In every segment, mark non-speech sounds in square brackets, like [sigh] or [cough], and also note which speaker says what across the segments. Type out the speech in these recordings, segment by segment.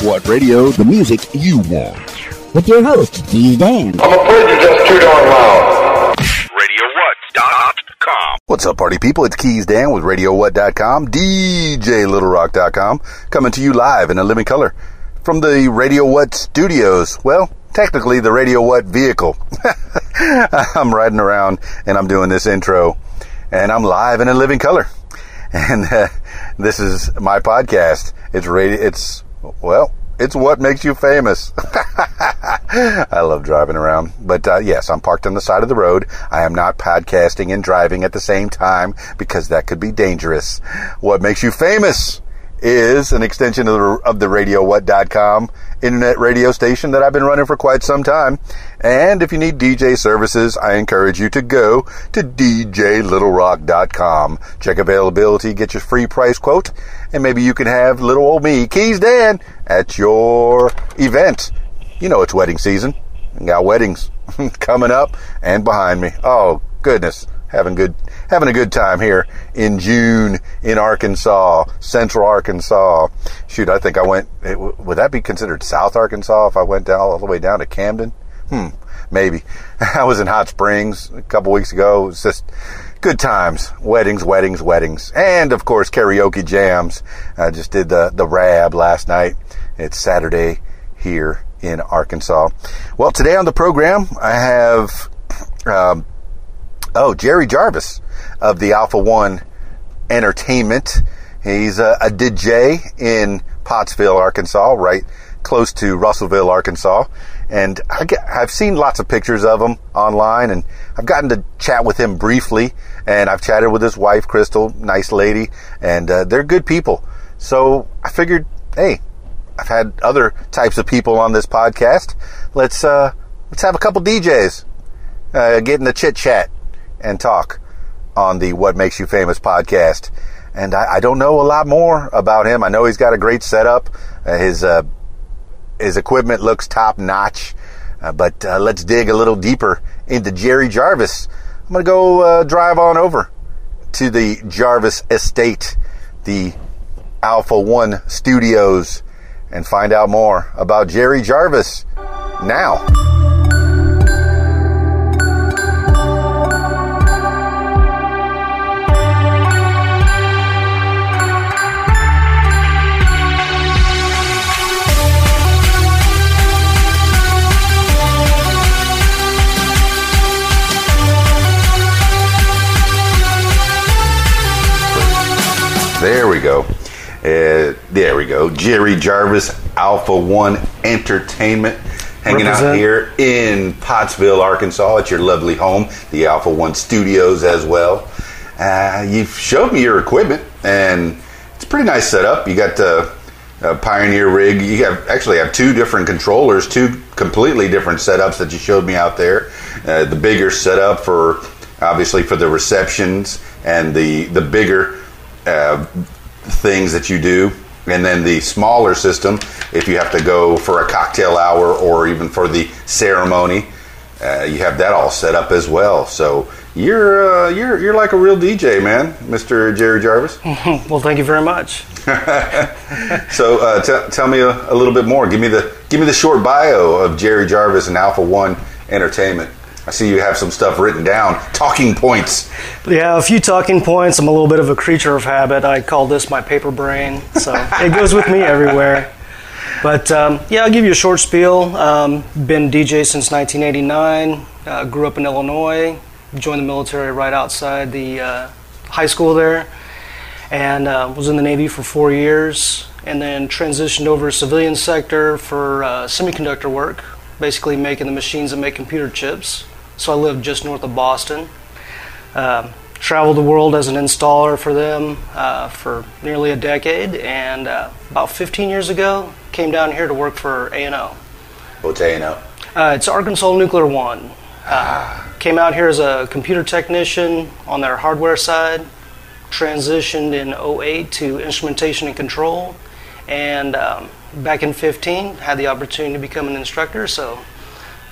Speaker 1: What radio? The music you want.
Speaker 2: With your host, D. Dan.
Speaker 3: I'm afraid you're just too darn loud.
Speaker 4: RadioWhat.com.
Speaker 1: What's up, party people? It's Keys Dan with RadioWhat.com, DJLittleRock.com, coming to you live in a living color from the Radio What studios. Well, technically the Radio What vehicle. [laughs] I'm riding around and I'm doing this intro, and I'm live in a living color. And uh, this is my podcast. It's radio. It's well, it's what makes you famous. [laughs] I love driving around. But uh, yes, I'm parked on the side of the road. I am not podcasting and driving at the same time because that could be dangerous. What makes you famous is an extension of the, of the RadioWhat.com internet radio station that I've been running for quite some time. And if you need DJ services, I encourage you to go to DJLittleRock.com. Check availability, get your free price quote, and maybe you can have little old me, Keys Dan, at your event. You know it's wedding season. We got weddings [laughs] coming up and behind me. Oh goodness, having good having a good time here in June in Arkansas, Central Arkansas. Shoot, I think I went. It, w- would that be considered South Arkansas if I went down all the way down to Camden? Hmm, maybe. [laughs] I was in Hot Springs a couple weeks ago. It's just good times, weddings, weddings, weddings, and of course karaoke jams. I just did the the Rab last night. It's Saturday here in Arkansas. Well, today on the program, I have, um, oh, Jerry Jarvis of the Alpha One Entertainment. He's a, a DJ in Pottsville, Arkansas, right close to Russellville, Arkansas. And I have seen lots of pictures of him online, and I've gotten to chat with him briefly. And I've chatted with his wife, Crystal, nice lady, and uh, they're good people. So I figured, hey, I've had other types of people on this podcast. Let's uh, let's have a couple DJs uh, get in the chit chat and talk on the What Makes You Famous podcast. And I, I don't know a lot more about him. I know he's got a great setup. Uh, his uh, his equipment looks top notch. Uh, but uh, let's dig a little deeper into Jerry Jarvis. I'm gonna go uh, drive on over to the Jarvis Estate, the Alpha One Studios and find out more about Jerry Jarvis now. There we go. Uh, there we go. Jerry Jarvis, Alpha One Entertainment, hanging out
Speaker 5: Represent.
Speaker 1: here in Pottsville, Arkansas, at your lovely home, the Alpha One Studios as well. Uh, you've showed me your equipment, and it's a pretty nice setup. You got the uh, Pioneer rig. You have actually have two different controllers, two completely different setups that you showed me out there. Uh, the bigger setup for obviously for the receptions, and the the bigger uh, things that you do. And then the smaller system, if you have to go for a cocktail hour or even for the ceremony, uh, you have that all set up as well. So you're uh, you're you're like a real DJ, man, Mr. Jerry Jarvis.
Speaker 5: Well, thank you very much.
Speaker 1: so uh, t- tell me a, a little bit more. Give me the give me the short bio of Jerry Jarvis and Alpha One Entertainment. I see you have some stuff written down. Talking points.
Speaker 5: Yeah, a few talking points. I'm a little bit of a creature of habit. I call this my paper brain, so it goes with me everywhere. But um, yeah, I'll give you a short spiel. Um, been DJ since 1989. Uh, grew up in Illinois. Joined the military right outside the uh, high school there, and uh, was in the Navy for four years, and then transitioned over to civilian sector for uh, semiconductor work, basically making the machines that make computer chips. So I lived just north of Boston um, traveled the world as an installer for them uh, for nearly a decade, and uh, about 15 years ago, came down here to work for A&O.
Speaker 1: What's A and O?
Speaker 5: Uh, it's Arkansas Nuclear One. Uh, came out here as a computer technician on their hardware side, transitioned in 08 to instrumentation and control, and um, back in 15 had the opportunity to become an instructor. So,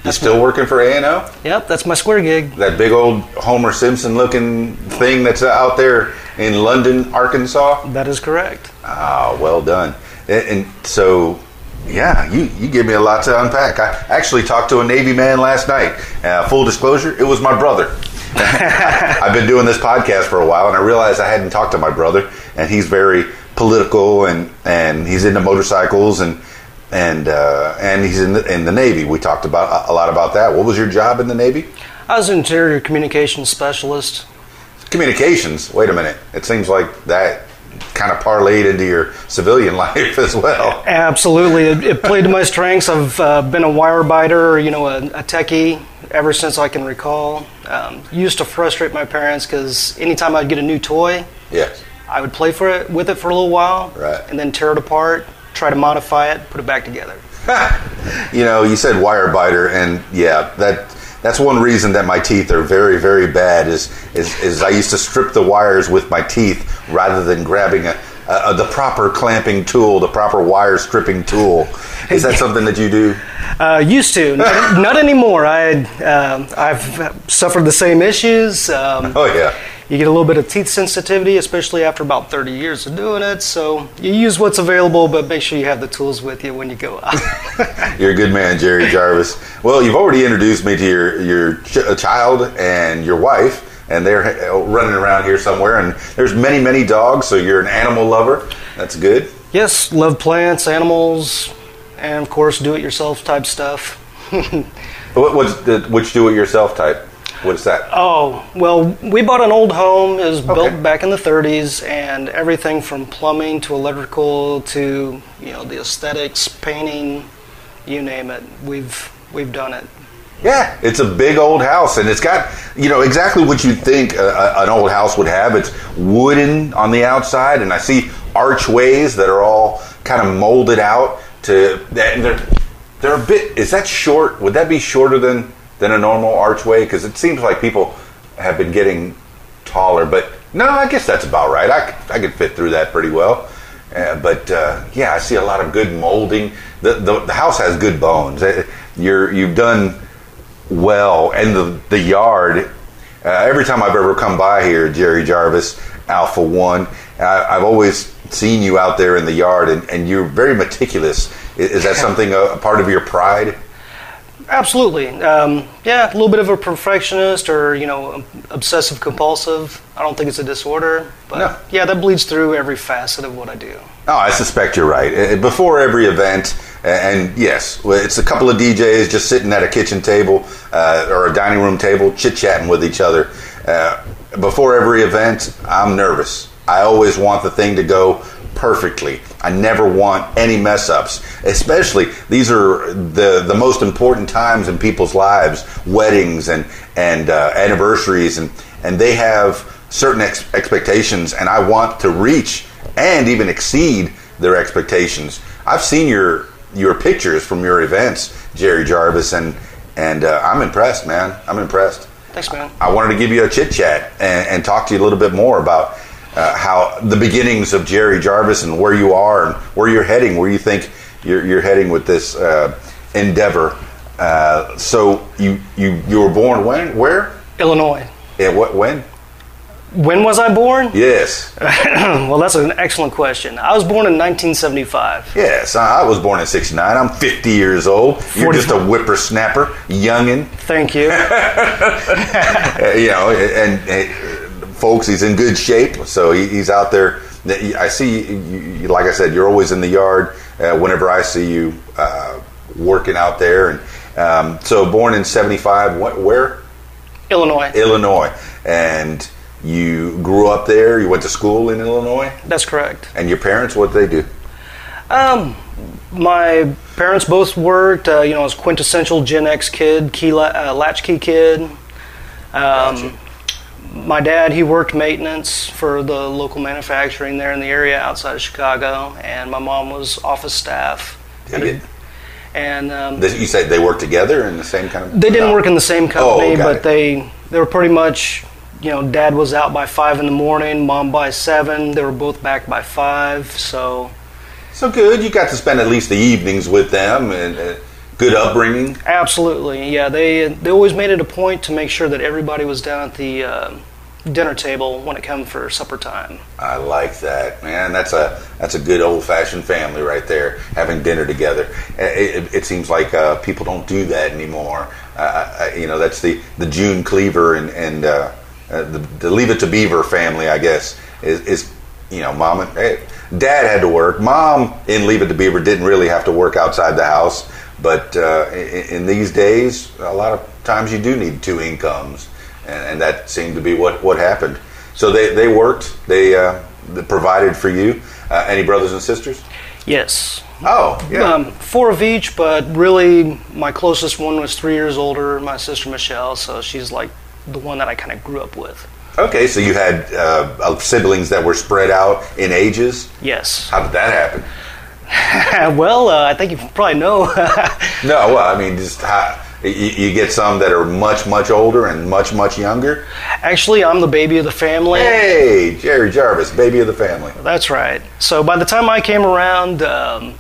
Speaker 1: You still working for A and O?
Speaker 5: yep, that's my square gig.
Speaker 1: that big old Homer Simpson looking thing that's out there in London, Arkansas.
Speaker 5: That is correct.
Speaker 1: Ah, well done. And, and so Yeah, you, you give me a lot to unpack. I actually talked to a Navy man last night. Uh, full disclosure, it was my brother. I've been doing this podcast for a while, and I realized I hadn't talked to my brother, and he's very political, and, and he's into motorcycles, and and uh, and he's in the, in the Navy. We talked about a lot about that. What was your job in the Navy?
Speaker 5: I was an interior communications specialist.
Speaker 1: Communications. Wait a minute. It seems like that kind of parlayed into your civilian [laughs] life as well.
Speaker 5: Absolutely, it, it played to my strengths. I've uh, been a wire biter, you know, a, a techie ever since I can recall. Um, used to frustrate my parents because anytime I'd get a new toy,
Speaker 1: Yes.
Speaker 5: I would play for it with it for a little while,
Speaker 1: Right.
Speaker 5: and then tear it apart, try to modify it, put it back together.
Speaker 1: You know, you said wire biter, and yeah, that that's one reason that my teeth are very, very bad. Is is, is I used to strip the wires with my teeth rather than grabbing a, a, a the proper clamping tool, the proper wire stripping tool. Is that something that you do?
Speaker 5: Uh, used to, not, not anymore. I um, I've suffered the same issues. Um,
Speaker 1: Oh yeah.
Speaker 5: You get a little bit of teeth sensitivity, especially after about 30 years of doing it. So you use what's available, but make sure you have the tools with you when you go out.
Speaker 1: You're a good man, Jerry Jarvis. Well, you've already introduced me to your your ch- uh, child and your wife, and they're uh, running around here somewhere. And there's many, many dogs, so you're an animal lover. That's good.
Speaker 5: yes, love plants, animals, and of course, do it yourself type stuff. [laughs]
Speaker 1: What, what's the, which do-it-yourself type? What's that?
Speaker 5: oh, well, we bought an old home. It was
Speaker 1: Okay.
Speaker 5: built back in the 30s, and everything from plumbing to electrical to, you know, the aesthetics, painting, you name it. We've, we've done it.
Speaker 1: Yeah, it's a big old house, and it's got you know exactly what you think a, a, an old house would have. It's wooden on the outside, and I see archways that are all kind of molded out to. And they're they're a bit. Is that short? Would that be shorter than than a normal archway? Because it seems like people have been getting taller, but no, I guess that's about right. I c- I could fit through that pretty well. Uh, but uh, yeah, I see a lot of good molding. The, the, the house has good bones. Uh, You're, you've done well and the the yard. Uh, every time I've ever come by here, Jerry Jarvis, Alpha One, I, I've always seen you out there in the yard, and, and you're very meticulous. I- Is, that something uh, a, a part of your pride?
Speaker 5: Absolutely. Um, yeah, a little bit of a perfectionist or, you know, obsessive compulsive. I don't think it's a disorder, but
Speaker 1: No.
Speaker 5: yeah, that bleeds through every facet of what I do.
Speaker 1: Oh, I suspect you're right. Uh, Before every event, uh, and yes, well, it's a couple of DJs just sitting at a kitchen table uh, or a dining room table, chit chatting with each other. Uh, before every event, I'm nervous. I always want the thing to go perfectly. I never want any mess ups. Especially these are the the most important times in people's lives, weddings and and uh, anniversaries, and and they have certain ex- expectations, and I want to reach and even exceed their expectations. I've seen your your pictures from your events, Jerry Jarvis, and and uh, I'm impressed, man. I'm impressed.
Speaker 5: Thanks, man.
Speaker 1: I wanted to give you a chit chat and, and talk to you a little bit more about uh, how the beginnings of Jerry Jarvis and where you are and where you're heading, where you think you're, you're heading with this uh, endeavor. Uh, so you you you were born when? Where?
Speaker 5: Illinois.
Speaker 1: Yeah, what? When?
Speaker 5: When was I born?
Speaker 1: Yes.
Speaker 5: well, that's an excellent question. I was born in 1975.
Speaker 1: Yes, I I was born in '69. I'm 50 years old. You're just a whippersnapper, youngin.
Speaker 5: Thank you.
Speaker 1: Uh, you know, and, and, uh, folks, he's in good shape, so he, he's out there. I see, you, you, like I said, you're always in the yard. Uh, whenever I see you uh, working out there, and um, so born in '75. What, where?
Speaker 5: Illinois.
Speaker 1: Illinois, and you grew up there. You went to school in Illinois,
Speaker 5: that's correct.
Speaker 1: and your parents, what did they do?
Speaker 5: Um, my parents both worked. Uh, you know, I was quintessential Gen X kid, key la- uh, latchkey kid. Um, My dad, he worked maintenance for the local manufacturing there in the area outside of Chicago, and my mom was office staff.
Speaker 1: Did it-
Speaker 5: And um,
Speaker 1: This- You said they worked together in the same kind of.
Speaker 5: they didn't
Speaker 1: No.
Speaker 5: work in the same company,
Speaker 1: got
Speaker 5: but
Speaker 1: it.
Speaker 5: they they were pretty much, you know, dad was out by five in the morning, mom by seven. They were both back by five, so
Speaker 1: So good. You got to spend at least the evenings with them, and uh, good upbringing.
Speaker 5: Absolutely, yeah. They they always made it a point to make sure that everybody was down at the uh, dinner table when it comes for supper time.
Speaker 1: I like that, man. That's a that's a good old fashioned family right there, having dinner together. It, it, it seems like uh, people don't do that anymore. Uh, I- you know, that's the, the June Cleaver and and uh, uh, the, the Leave It to Beaver family, I guess, is, is you know, mom and eh, dad had to work. Mom in Leave It to Beaver didn't really have to work outside the house, but uh, in, in these days, a lot of times you do need two incomes, and, and that seemed to be what what happened. So they, they worked. They, uh, they provided for you. Uh, any brothers and sisters?
Speaker 5: Yes.
Speaker 1: Oh, yeah.
Speaker 5: Um, four of each, but really my closest one was three years older, my sister Michelle, so she's like the one that I kind of grew up with.
Speaker 1: okay, so you had uh, uh, siblings that were spread out in ages. [laughs]
Speaker 5: Yes.
Speaker 1: How did that happen?
Speaker 5: well, uh, I think you probably know. [laughs]
Speaker 1: No, well, I mean, just how, you, you get some that are much, much older and much, much younger.
Speaker 5: Actually, I'm the baby of the family.
Speaker 1: Hey, Jerry Jarvis, baby of the family.
Speaker 5: That's right. So by the time I came around, um,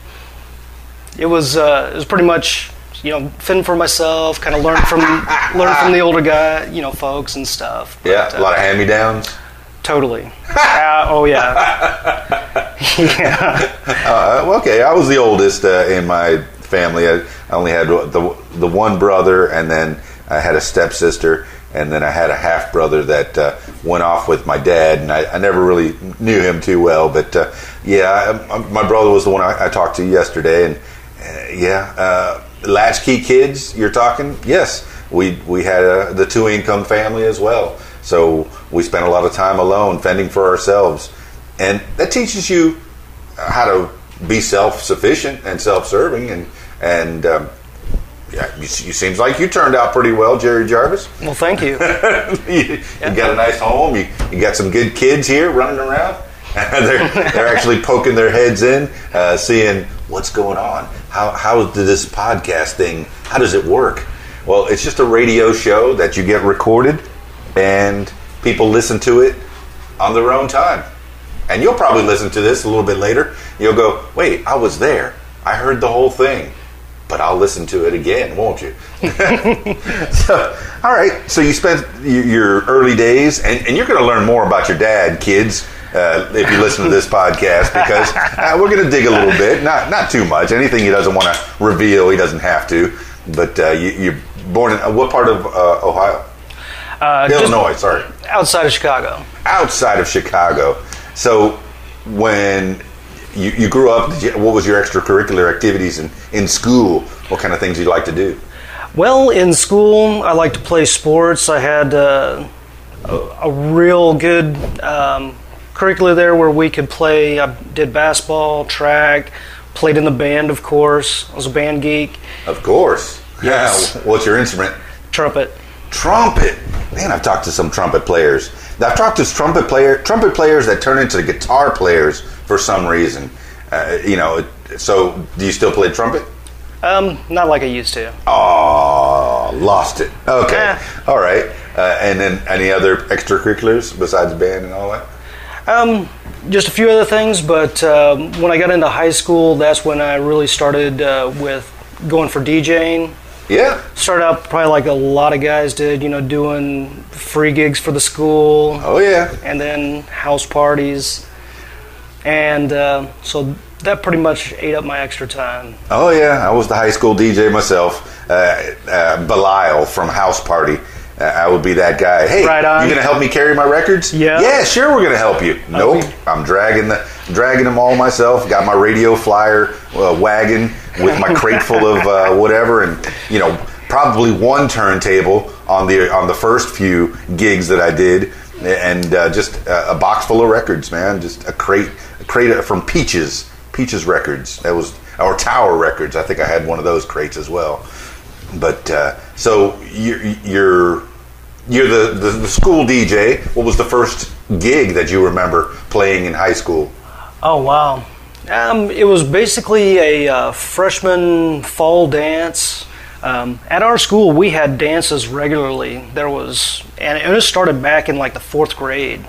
Speaker 5: it was uh, it was pretty much you know fend for myself, kind of learn from learn from the older guy, you know, folks and stuff. But,
Speaker 1: Yeah, a
Speaker 5: uh,
Speaker 1: lot of hand me downs.
Speaker 5: totally. uh, oh yeah,
Speaker 1: Uh, well, okay, I was the oldest uh, in my family. I, I only had the the one brother, and then I had a stepsister, and then I had a half brother that uh, went off with my dad, and I, I never really knew him too well. But uh, yeah, I, I, my brother was the one I, I talked to yesterday, and uh, yeah, uh, latchkey kids. You're talking? Yes, we we had uh the two income family as well, so we spent a lot of time alone, fending for ourselves, and that teaches you how to be self-sufficient and self-serving and and um, yeah, you, you seems like you turned out pretty well, Jerry Jarvis.
Speaker 5: well thank you.
Speaker 1: [laughs] you, you got a nice home. You, you got some good kids here running around. [laughs] they're, they're actually poking their heads in, uh, seeing what's going on. How, how did this podcast thing, how does it work? Well, it's just a radio show that you get recorded and people listen to it on their own time. And you'll probably listen to this a little bit later. You'll go, wait, I was there. I heard the whole thing. But I'll listen to it again, won't you? So, [laughs] all right. So you spent y- your early days, and, and you're going to learn more about your dad, kids, uh, if you listen to this podcast, because uh, we're going to dig a little bit. Not not too much. Anything he doesn't want to reveal, he doesn't have to. But uh, you, you're born in uh, what part of uh, Ohio?
Speaker 5: Uh, just
Speaker 1: Illinois. Sorry,
Speaker 5: outside of Chicago.
Speaker 1: outside of Chicago. So when you, you grew up, did you- what was your extracurricular activities in, in school? What kind of things you like to do?
Speaker 5: Well, in school, I liked to play sports. I had uh, a, a real good um, curricula there where we could play. I did basketball, track, played in the band, of course. I was a band geek.
Speaker 1: Of course.
Speaker 5: Yes.
Speaker 1: Yeah. What's your instrument?
Speaker 5: Trumpet.
Speaker 1: trumpet. Man, I've talked to some trumpet players. I've talked to trumpet player trumpet players that turn into guitar players for some reason. Uh, you know, it- so do you still play trumpet?
Speaker 5: Um, not like I used to.
Speaker 1: Oh, lost it. Okay,
Speaker 5: Yeah.
Speaker 1: all right. Uh, and then any other extracurriculars besides band and all that?
Speaker 5: Um, just a few other things, but um, when I got into high school, that's when I really started uh, with going for DJing.
Speaker 1: Yeah.
Speaker 5: Started out probably like a lot of guys did, you know, doing free gigs for the school.
Speaker 1: Oh yeah.
Speaker 5: and then house parties. And uh, so that pretty much ate up my extra time.
Speaker 1: Oh yeah, I was the high school DJ myself. Uh, uh, Belial from House Party. Uh, I would be that guy. Hey,
Speaker 5: Right on.
Speaker 1: you gonna help me carry my records?
Speaker 5: Yeah.
Speaker 1: Yeah, sure. We're gonna help you. Nope. I'm dragging the dragging them all myself. Got my radio flyer uh, wagon with my crate full of uh, whatever, and you know probably one turntable on the on the first few gigs that I did, and uh, just uh, a box full of records, man. Just a crate a crate from Peaches Peaches Records. That was or Tower Records. I think I had one of those crates as well. But uh, so you're you're you're the, the the school DJ. What was the first gig that you remember playing in high school?
Speaker 5: Oh, wow. Um, it was basically a uh, freshman fall dance. Um, at our school, we had dances regularly. There was, and it started back in like the fourth grade.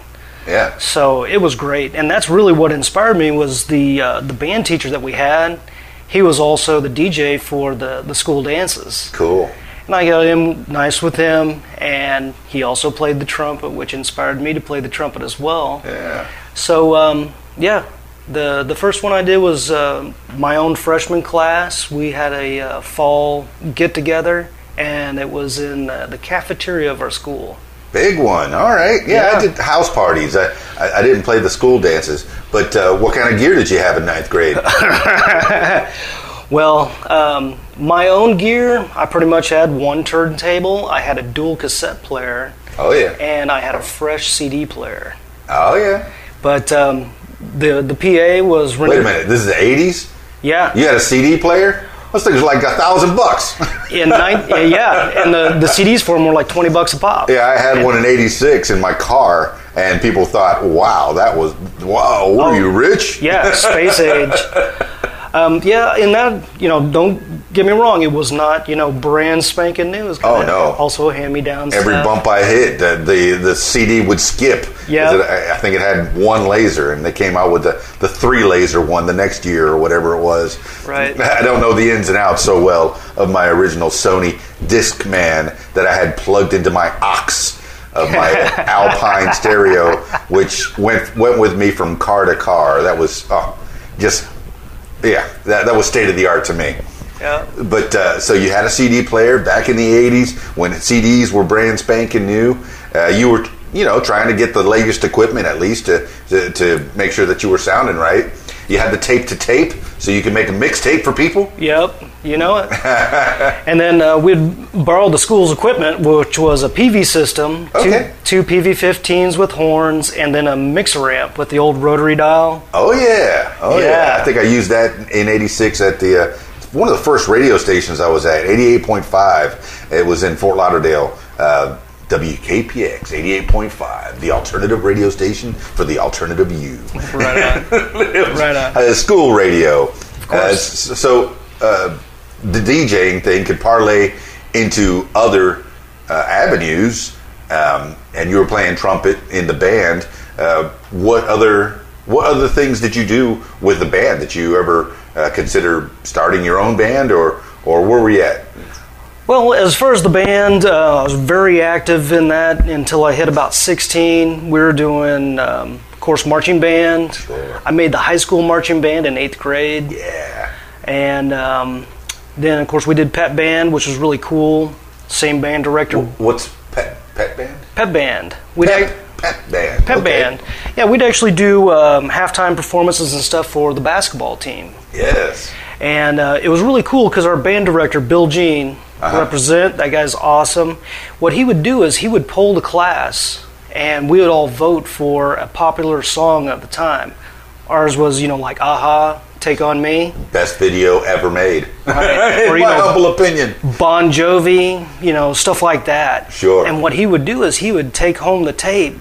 Speaker 1: Yeah.
Speaker 5: So it was great, and that's really what inspired me was the uh, the band teacher that we had. He was also the DJ for the the school dances.
Speaker 1: Cool.
Speaker 5: And I got in nice with him, and he also played the trumpet, which inspired me to play the trumpet as well.
Speaker 1: Yeah.
Speaker 5: So um, yeah, the the first one I did was uh, my own freshman class. We had a uh, fall get together, and it was in uh, the cafeteria of our school.
Speaker 1: Big one. All right. Yeah, I
Speaker 5: Yeah.
Speaker 1: did house parties. I, I, I didn't play the school dances, but uh, what kind of gear did you have in ninth grade?
Speaker 5: Well, um, my own gear, I pretty much had one turntable. I had a dual cassette player,
Speaker 1: Oh yeah.
Speaker 5: and I had a fresh CD player.
Speaker 1: Oh yeah.
Speaker 5: But um, the the PA was
Speaker 1: Wait a minute. This is the '80s.
Speaker 5: Yeah,
Speaker 1: You had a CD player. Those things were like a thousand bucks. [laughs]
Speaker 5: in nine, yeah, yeah, and the, the CDs for them were like twenty bucks a pop.
Speaker 1: Yeah, I had one in '86 in my car, and people thought, "Wow, that was wow. Were
Speaker 5: Oh.
Speaker 1: you rich?"
Speaker 5: Yeah, space age. Um, yeah, and that you know, don't get me wrong, it was not you know brand spanking new. It was kinda
Speaker 1: Oh, no.
Speaker 5: also hand me down.
Speaker 1: Every bump I hit, the the, the CD would skip.
Speaker 5: Yeah.
Speaker 1: Is it- I I think it had one laser, and they came out with the, the three laser one the next year or whatever it was.
Speaker 5: Right.
Speaker 1: [laughs] I don't know the ins and outs so well of my original Sony Discman that I had plugged into my aux of my Alpine stereo, which went went with me from car to car. That was oh, just yeah, that that was state of the art to me.
Speaker 5: Yeah.
Speaker 1: But uh, so you had a CD player back in the '80s when CDs were brand spanking new. Uh, you were, you know, trying to get the latest equipment at least to, to to make sure that you were sounding right. You had the tape to tape, so you could make a mixtape for people.
Speaker 5: Yep, you know
Speaker 1: [laughs]
Speaker 5: it. and then uh, we'd borrow the school's equipment, which was a PV system,
Speaker 1: Okay.
Speaker 5: two, two PV15s with horns, and then a mixer amp with the old rotary dial.
Speaker 1: Oh yeah, oh yeah.
Speaker 5: Yeah.
Speaker 1: I think I used that in '86 at the uh, one of the first radio stations I was at, 88.5. It was in Fort Lauderdale. Uh, WKPX 88.5, the alternative radio station for the alternative you.
Speaker 5: Right on.
Speaker 1: [laughs]
Speaker 5: right on.
Speaker 1: uh, school radio. Of course. so uh, the DJing thing could parlay into other uh, avenues, um, and you were playing trumpet in the band. Uh, what other what other things did you do with the band? Did you ever uh, consider starting your own band, or or where were you at?
Speaker 5: Well, as far as the band, uh, I was very active in that until I hit about 16. We were doing, um, of course, marching band.
Speaker 1: Sure.
Speaker 5: I made the high school marching band in eighth grade.
Speaker 1: Yeah.
Speaker 5: And um, then, of course, we did pep band, which was really cool. Same band director,
Speaker 1: What's pet pet band?
Speaker 5: pep band. We'd
Speaker 1: Pep,
Speaker 5: act-
Speaker 1: pep band.
Speaker 5: pep
Speaker 1: okay.
Speaker 5: band. Yeah, we'd actually do um, halftime performances and stuff for the basketball team.
Speaker 1: Yes.
Speaker 5: and uh, it was really cool because our band director Bill Jean
Speaker 1: Uh-huh.
Speaker 5: represent that guy's awesome. What he would do is he would poll the class, and we would all vote for a popular song of the time. Ours was you know like Aha, Take on Me,
Speaker 1: Best video ever made. [laughs]
Speaker 5: Right. Or,
Speaker 1: In
Speaker 5: you
Speaker 1: my
Speaker 5: know-
Speaker 1: humble opinion.
Speaker 5: Bon Jovi, you know stuff like that.
Speaker 1: Sure.
Speaker 5: And what he would do is he would take home the tape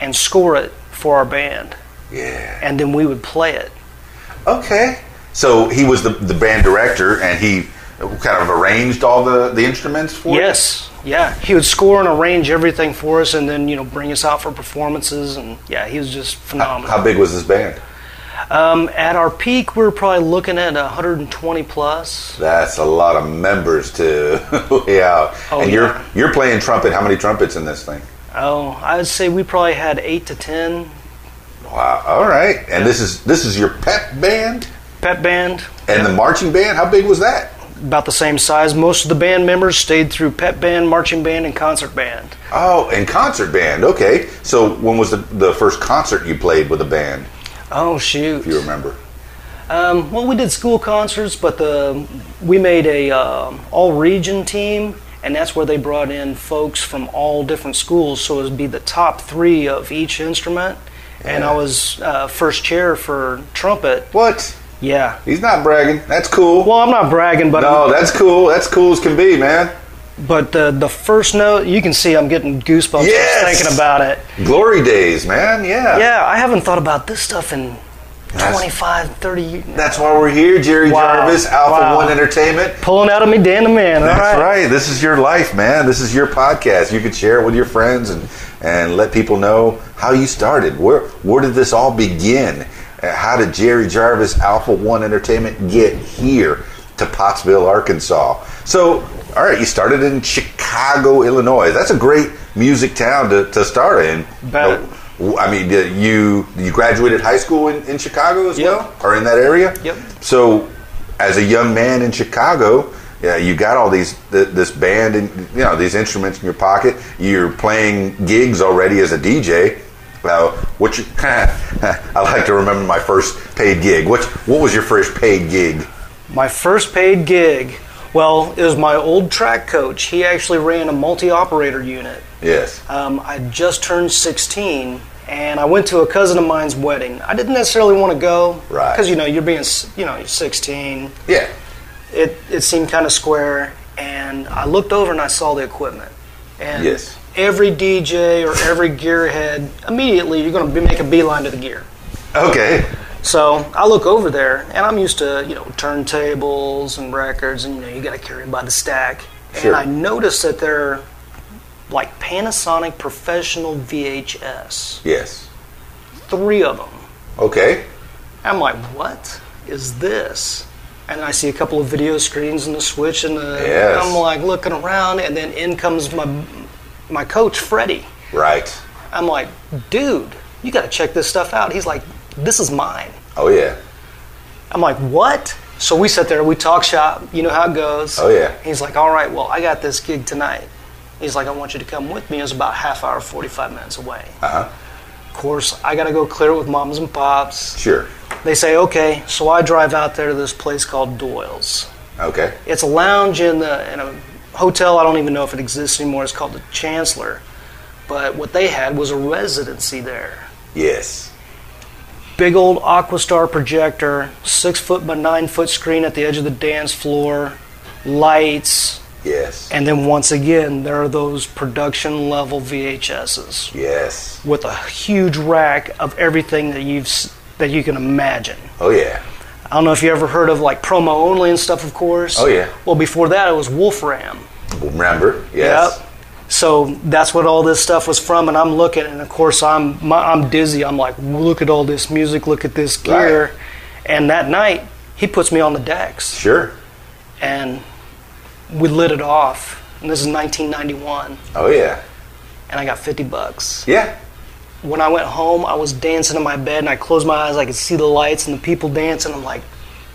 Speaker 5: and score it for our band,
Speaker 1: Yeah.
Speaker 5: and then we would play it.
Speaker 1: Okay. So he was the, the band director, and he kind of arranged all the, the instruments for it?
Speaker 5: Yes, yeah. He would score and arrange everything for us, and then you know bring us out for performances, and yeah, he was just phenomenal.
Speaker 1: How big was this band?
Speaker 5: um, at our peak, we were probably looking at 120 plus.
Speaker 1: That's a lot of members to [laughs] lay out.
Speaker 5: Oh,
Speaker 1: and
Speaker 5: yeah.
Speaker 1: you're you're playing trumpet. How many trumpets in this thing?
Speaker 5: Oh, I would say we probably had eight to ten
Speaker 1: Wow. All right. And this is this is your pep band
Speaker 5: pep band,
Speaker 1: and the marching band. How big was that?
Speaker 5: about the same size. Most of the band members stayed through pep band, marching band, and concert band.
Speaker 1: Oh, and concert band. Okay. So when was the, the first concert you played with a band?
Speaker 5: Oh shoot!
Speaker 1: If you remember.
Speaker 5: Um, well, we did school concerts, but the we made a um, all region team, and that's where they brought in folks from all different schools. So it would be the top three of each instrument, and I
Speaker 1: Yeah.
Speaker 5: was uh, first chair for trumpet.
Speaker 1: What?
Speaker 5: Yeah.
Speaker 1: He's not bragging. That's cool.
Speaker 5: Well, I'm not bragging, but
Speaker 1: no, that's cool. That's cool as can be, man.
Speaker 5: but the the first note you can see I'm getting goosebumps
Speaker 1: Yes!
Speaker 5: just thinking about it.
Speaker 1: Glory days, man. Yeah.
Speaker 5: Yeah, I haven't thought about this stuff in
Speaker 1: That's-
Speaker 5: 25, 30 years.
Speaker 1: That's why we're here, Jerry
Speaker 5: Wow.
Speaker 1: Jarvis, Alpha
Speaker 5: Wow.
Speaker 1: One Entertainment.
Speaker 5: Pulling out of me, Dan the man. all
Speaker 1: That's right. This is your life, man. This is your podcast. You could share it with your friends and and let people know how you started. Where where did this all begin? Uh, How did Jerry Jarvis Alpha One Entertainment get here to Pottsville, Arkansas? So All right, you started in Chicago, Illinois. That's a great music town to, to start in.
Speaker 5: Bet.
Speaker 1: No, I mean, did you you graduated high school in, in Chicago as
Speaker 5: Yep.
Speaker 1: well, or in that area?
Speaker 5: Yep.
Speaker 1: So, as a young man in Chicago, yeah, you got all these th- this band and you know these instruments in your pocket. You're playing gigs already as a DJ. Now, what you? [laughs] I like to remember my first paid gig. What what was your first paid gig?
Speaker 5: My first paid gig, well, it was my old track coach. He actually ran a multi operator unit.
Speaker 1: Yes.
Speaker 5: Um, I just turned 16 and I went to a cousin of mine's wedding. I didn't necessarily want to go.
Speaker 1: Right.
Speaker 5: Because, you know, you're being, s- you know, you're 16.
Speaker 1: Yeah.
Speaker 5: It, it seemed kind of square. And I looked over and I saw the equipment. And
Speaker 1: Yes.
Speaker 5: every DJ or every gearhead, immediately you're going to be, make a beeline to the gear.
Speaker 1: Okay.
Speaker 5: So I look over there, and I'm used to you know turntables and records, and you know you got to carry them by the stack. And
Speaker 1: Sure.
Speaker 5: I noticed that they're like Panasonic professional VHS,
Speaker 1: Yes.
Speaker 5: three of them.
Speaker 1: Okay.
Speaker 5: I'm like, what is this? And I see a couple of video screens and the switch and the.
Speaker 1: Yes.
Speaker 5: I'm like looking around, and then in comes my my coach Freddie.
Speaker 1: Right.
Speaker 5: I'm like, dude, you got to check this stuff out. He's like, this is mine.
Speaker 1: Oh yeah.
Speaker 5: I'm like, what? So we sit there, we talk shop, you know how it goes.
Speaker 1: Oh, yeah.
Speaker 5: He's like, all right, well, I got this gig tonight. He's like, I want you to come with me. It was about half hour, 45 minutes away.
Speaker 1: Uh huh.
Speaker 5: Of course, I got to go clear it with moms and pops.
Speaker 1: Sure.
Speaker 5: They say, okay, so I drive out there to this place called Doyle's.
Speaker 1: Okay.
Speaker 5: It's a lounge in, the, in a hotel, I don't even know if it exists anymore. It's called the Chancellor. But what they had was a residency there.
Speaker 1: Yes.
Speaker 5: big old Aquastar projector, six foot by nine foot screen at the edge of the dance floor, lights,
Speaker 1: Yes.
Speaker 5: and then once again, there are those production level VHSs
Speaker 1: yes.
Speaker 5: with a huge rack of everything that you've s- that you can imagine.
Speaker 1: Oh yeah.
Speaker 5: I don't know if you ever heard of like promo only and stuff, of course.
Speaker 1: Oh, yeah.
Speaker 5: Well, before that, it was Wolfram.
Speaker 1: Remember? Yes.
Speaker 5: Yep. So that's what all this stuff was from, and I'm looking, and of course I'm my, I'm dizzy. I'm like, look at all this music, look at this gear,
Speaker 1: Right.
Speaker 5: and that night he puts me on the decks,
Speaker 1: Sure.
Speaker 5: and we lit it off. And this is 1991,
Speaker 1: Oh yeah.
Speaker 5: and I got 50 bucks.
Speaker 1: Yeah.
Speaker 5: When I went home, I was dancing in my bed, and I closed my eyes. I could see the lights and the people dancing. I'm like,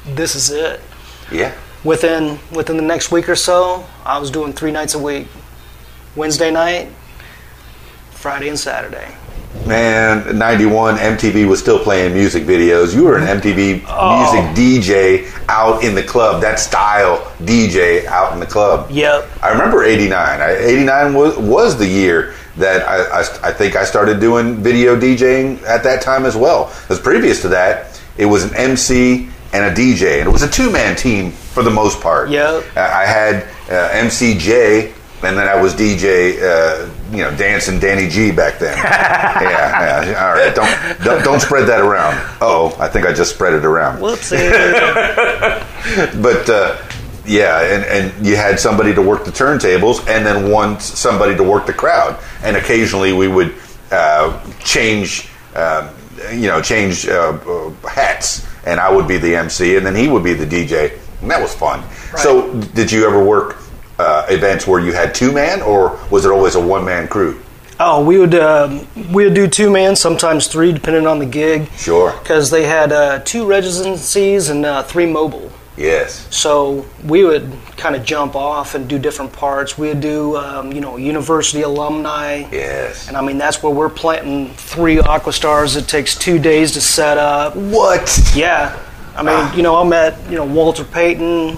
Speaker 5: this is it.
Speaker 1: Yeah.
Speaker 5: Within within the next week or so, I was doing three nights a week: Wednesday night, Friday, and Saturday.
Speaker 1: Man, '91 MTV was still playing music videos. You were an MTV music DJ out in the club. That style DJ out in the club.
Speaker 5: Yep.
Speaker 1: I remember '89. '89 was was the year that I, I, I think I started doing video DJing at that time as well. Because previous to that, it was an MC and a DJ, and it was a two man team for the most part.
Speaker 5: Yep.
Speaker 1: Uh, I had uh, MC Jay, and then I was DJ. Uh, you know, dancing Danny G back then. yeah, yeah. All right, don't don't, don't spread that around. Oh, I think I just spread it around
Speaker 5: Whoopsie.
Speaker 1: but uh, yeah, and, and you had somebody to work the turntables, and then one somebody to work the crowd, and occasionally we would uh, change, um, you know, change uh, uh, hats, and I would be the MC, and then he would be the DJ, and that was fun. So, did you ever work uh, events where you had two man, or was it always a one man crew?
Speaker 5: [laughs] oh, we would um we would do two man, sometimes three, depending on the gig.
Speaker 1: Sure.
Speaker 5: Because they had uh, two residencies and uh, three mobile,
Speaker 1: Yes.
Speaker 5: so we would kind of jump off and do different parts. We'd do um, you know university alumni.
Speaker 1: Yes.
Speaker 5: And I mean that's where we're planting three Aquastars. It takes two days to set up.
Speaker 1: What?
Speaker 5: Yeah, I mean you know I met you know Walter Payton,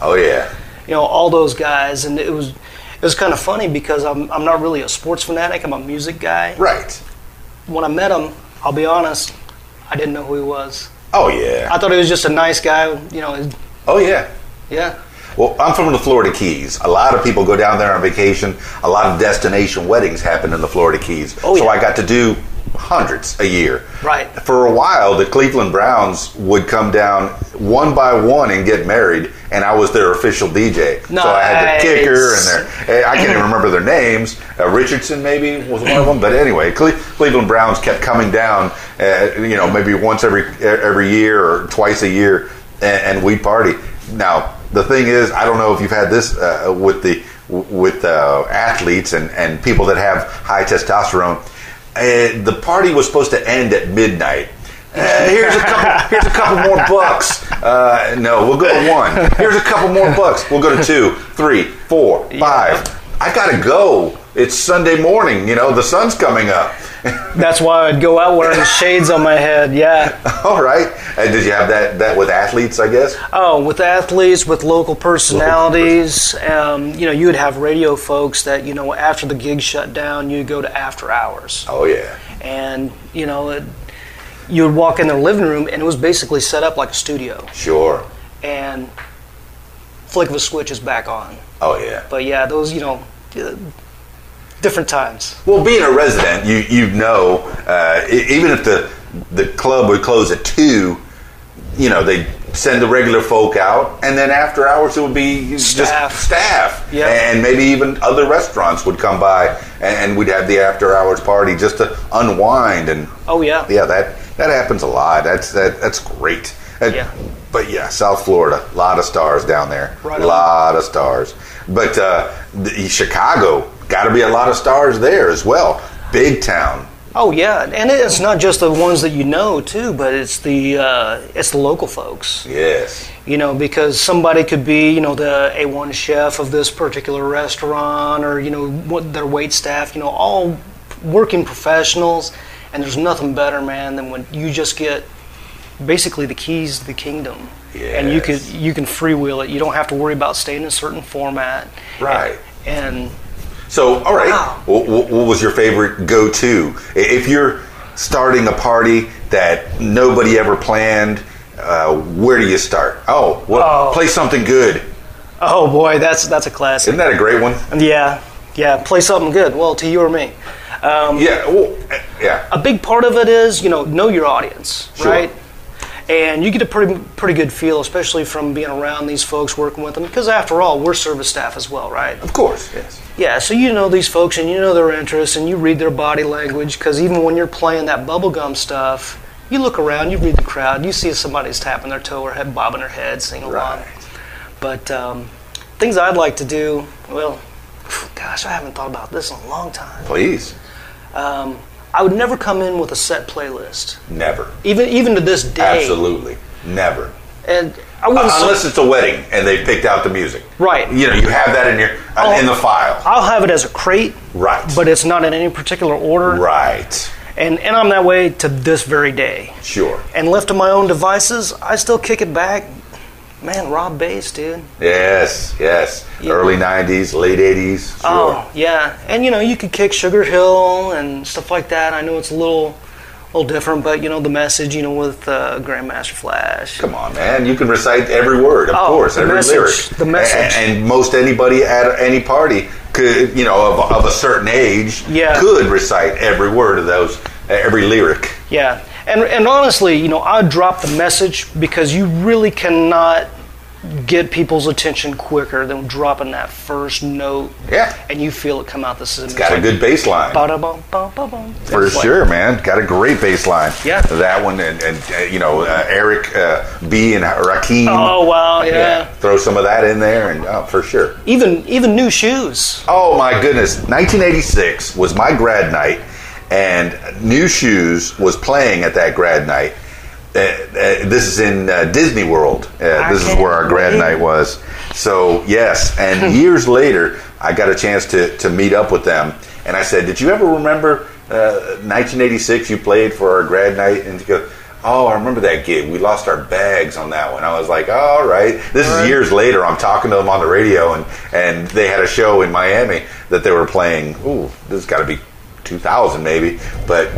Speaker 1: Oh yeah.
Speaker 5: you know all those guys, and it was it was kind of funny because I'm I'm not really a sports fanatic. I'm a music guy.
Speaker 1: Right.
Speaker 5: when I met him, I'll be honest, I didn't know who he was.
Speaker 1: Oh yeah.
Speaker 5: I thought he was just a nice guy, you know.
Speaker 1: Oh yeah.
Speaker 5: Yeah.
Speaker 1: Well, I'm from the Florida Keys. A lot of people go down there on vacation. A lot of destination weddings happen in the Florida Keys.
Speaker 5: Oh,
Speaker 1: so
Speaker 5: yeah.
Speaker 1: I got to do hundreds a year.
Speaker 5: Right.
Speaker 1: For a while, the Cleveland Browns would come down one by one and get married, and I was their official DJ. So I had the
Speaker 5: Nice.
Speaker 1: kicker and their, eh, I can't even remember their names. Uh, Richardson maybe was one of them. But anyway, Cle- Cleveland Browns kept coming down, uh, you e, know, maybe once every every year or twice a year, and, and we'd party. Now, the thing is, I don't know if you've had this uh, with the with uh, athletes and, and people that have high testosterone. Uh, the party was supposed to end at midnight. Uh, here's a couple. Here's a couple more bucks. Uh, no, we'll go to one. Here's a couple more bucks. We'll go to two, three, four, five. I gotta go. It's Sunday morning. You know the sun's coming up. [laughs]
Speaker 5: That's why I'd go out wearing shades on my head. Yeah.
Speaker 1: All right. And did you have that that with athletes? I guess.
Speaker 5: Oh, with athletes, with local personalities, um, you know, you would have radio folks that you know after the gig shut down, you go to after hours,
Speaker 1: Oh yeah.
Speaker 5: and you know, it, you would walk in their living room, and it was basically set up like a studio,
Speaker 1: Sure.
Speaker 5: and flick of a switch is back on.
Speaker 1: Oh yeah.
Speaker 5: But yeah, those you know, uh, different times.
Speaker 1: Well, being a resident, you you know, uh, e- even if the the club would close at two, you know they send the regular folk out, and then after hours it would be
Speaker 5: Staff.
Speaker 1: just staff,
Speaker 5: Yeah.
Speaker 1: and maybe even other restaurants would come by, and, and we'd have the after hours party just to unwind and
Speaker 5: Oh yeah.
Speaker 1: yeah, that that happens a lot. That's that that's great. That-
Speaker 5: Yeah.
Speaker 1: But yeah, South Florida, a lot of stars down there.
Speaker 5: Right
Speaker 1: a
Speaker 5: on.
Speaker 1: lot of stars. But uh, the, Chicago, got to be a lot of stars there as well. Big town.
Speaker 5: Oh yeah, and it's not just the ones that you know too, but it's the uh, it's the local folks.
Speaker 1: Yes.
Speaker 5: you know, because somebody could be, you know, the A1 chef of this particular restaurant or, you know, what their wait staff, you know, all working professionals. And there's nothing better, man, than when you just get basically the keys to the kingdom. And you could
Speaker 1: Yes.
Speaker 5: you can freewheel it. You don't have to worry about staying in a certain format.
Speaker 1: Right.
Speaker 5: And
Speaker 1: So, all right.
Speaker 5: Wow.
Speaker 1: What, what, what was your favorite go to? If you're starting a party that nobody ever planned, uh, where do you start? Oh, well,
Speaker 5: Oh.
Speaker 1: play something good.
Speaker 5: oh boy, that's that's a classic.
Speaker 1: Isn't that a great one?
Speaker 5: yeah. Yeah. Play something good. Well, to you or me. Um, uh,
Speaker 1: Yeah. Well, eh, yeah.
Speaker 5: a big part of it is you know know your audience
Speaker 1: Sure.
Speaker 5: right and you get a pretty pretty good feel especially from being around these folks working with them because after all we're service staff as well right
Speaker 1: Of course. Yes.
Speaker 5: yeah so you know these folks and you know their interests and you read their body language because even when you're playing that bubblegum stuff you look around you read the crowd you see if somebody's tapping their toe or head bobbing their head singing along
Speaker 1: Right.
Speaker 5: but um, things i'd like to do well gosh i haven't thought about this in a long time
Speaker 1: Please.
Speaker 5: um, i would never come in with a set playlist
Speaker 1: Never.
Speaker 5: even even to this day.
Speaker 1: Absolutely. Never.
Speaker 5: And I wouldn't say-
Speaker 1: Unless it's a wedding and they picked out the music.
Speaker 5: Right. Oh.
Speaker 1: You know, you have that in your uh, in the file.
Speaker 5: I'll have it as a crate,
Speaker 1: Right.
Speaker 5: but it's not in any particular order.
Speaker 1: right.
Speaker 5: And and I'm that way to this very day.
Speaker 1: Sure.
Speaker 5: And left to my own devices, I still kick it back. Man, Rob Bass, dude.
Speaker 1: Yes. Yes.
Speaker 5: Yeah.
Speaker 1: Early '90s, late '80s. Sure.
Speaker 5: Oh yeah, and you know you could kick Sugar Hill and stuff like that. I know it's a little, little different, but you know the message. You know with uh, Grandmaster Flash.
Speaker 1: Come on, man! You can recite every word, of
Speaker 5: Oh,
Speaker 1: course,
Speaker 5: the
Speaker 1: every
Speaker 5: message,
Speaker 1: lyric.
Speaker 5: the message.
Speaker 1: A- And, most anybody at any party could, you know, of, of a certain age,
Speaker 5: Yeah.
Speaker 1: could recite every word of those, every lyric.
Speaker 5: Yeah, and and honestly, you know, I drop the message because you really cannot get people's attention quicker than dropping that first note.
Speaker 1: Yeah.
Speaker 5: and you feel it come out. This is
Speaker 1: Got a good bass line. For sure, man. Got a great bass line.
Speaker 5: Yeah.
Speaker 1: That one, and, and uh, you know, uh, Eric uh, B. and Rakim.
Speaker 5: Oh wow, yeah.
Speaker 1: Throw some of that in there, and oh, for sure.
Speaker 5: Even even new shoes.
Speaker 1: Oh my goodness! 1986 was my grad night, and New Shoes was playing at that grad night. Uh, uh, this is in uh, Disney World. Uh,
Speaker 5: I
Speaker 1: this is
Speaker 5: can't
Speaker 1: where our grad
Speaker 5: wait.
Speaker 1: night was. So yes, and years later, I got a chance to to meet up with them, and I said, "Did you ever remember uh, 1986? You played for our grad night?" And he goes, "Oh, I remember that gig. We lost our bags on that one." I was like, "All right." This is years later. I'm talking to them on the radio, and and they had a show in Miami that they were playing. Ooh, this has got to be. 2000 maybe, but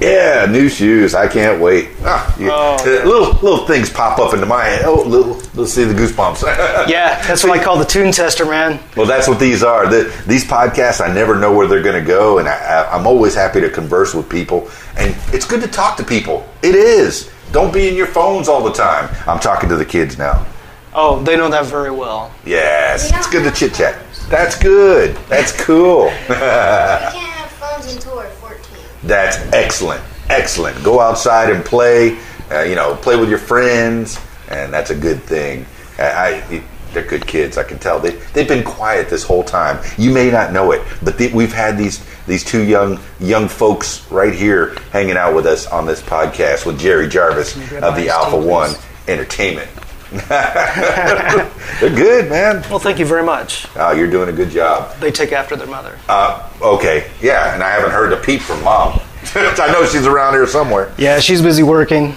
Speaker 1: yeah, new shoes. I can't wait. Ah, you-
Speaker 5: Oh.
Speaker 1: little little things pop up into my head. Oh, little, let's see the goosebumps. [laughs]
Speaker 5: Yeah, that's what I call the tune tester, man.
Speaker 1: Well, that's what these are. The, these podcasts, I never know where they're going to go, and I, I, I'm always happy to converse with people. And it's good to talk to people. It is. Don't be in your phones all the time. I'm talking to the kids now.
Speaker 5: Oh, they know that very well.
Speaker 1: Yes, it's good to chit chat. That's good. That's cool.
Speaker 4: You can't have phones until we're 14.
Speaker 1: That's excellent. Excellent. Go outside and play. Uh, you know, play with your friends, and that's a good thing. I, I They're good kids. I can tell. They they've been quiet this whole time. You may not know it, but the, we've had these these two young young folks right here hanging out with us on this podcast with Jerry Jarvis
Speaker 5: grab
Speaker 1: of
Speaker 5: my iced tea,
Speaker 1: the Alpha
Speaker 5: please?
Speaker 1: One
Speaker 5: [laughs]
Speaker 1: Entertainment. [laughs] They're good, man.
Speaker 5: Well, thank you very much.
Speaker 1: Oh, you're doing a good job.
Speaker 5: They take after their mother.
Speaker 1: Uh, okay, yeah, and I haven't heard a peep from mom. [laughs] I know she's around here somewhere.
Speaker 5: yeah, she's busy working.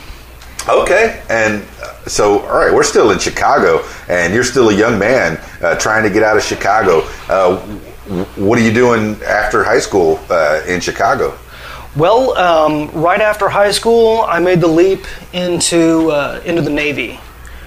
Speaker 1: Okay, and uh, so all right, we're still in Chicago, and you're still a young man uh, trying to get out of Chicago. Uh, w- what are you doing after high school uh, in Chicago?
Speaker 5: Well, um, right after high school, I made the leap into uh, into the Navy.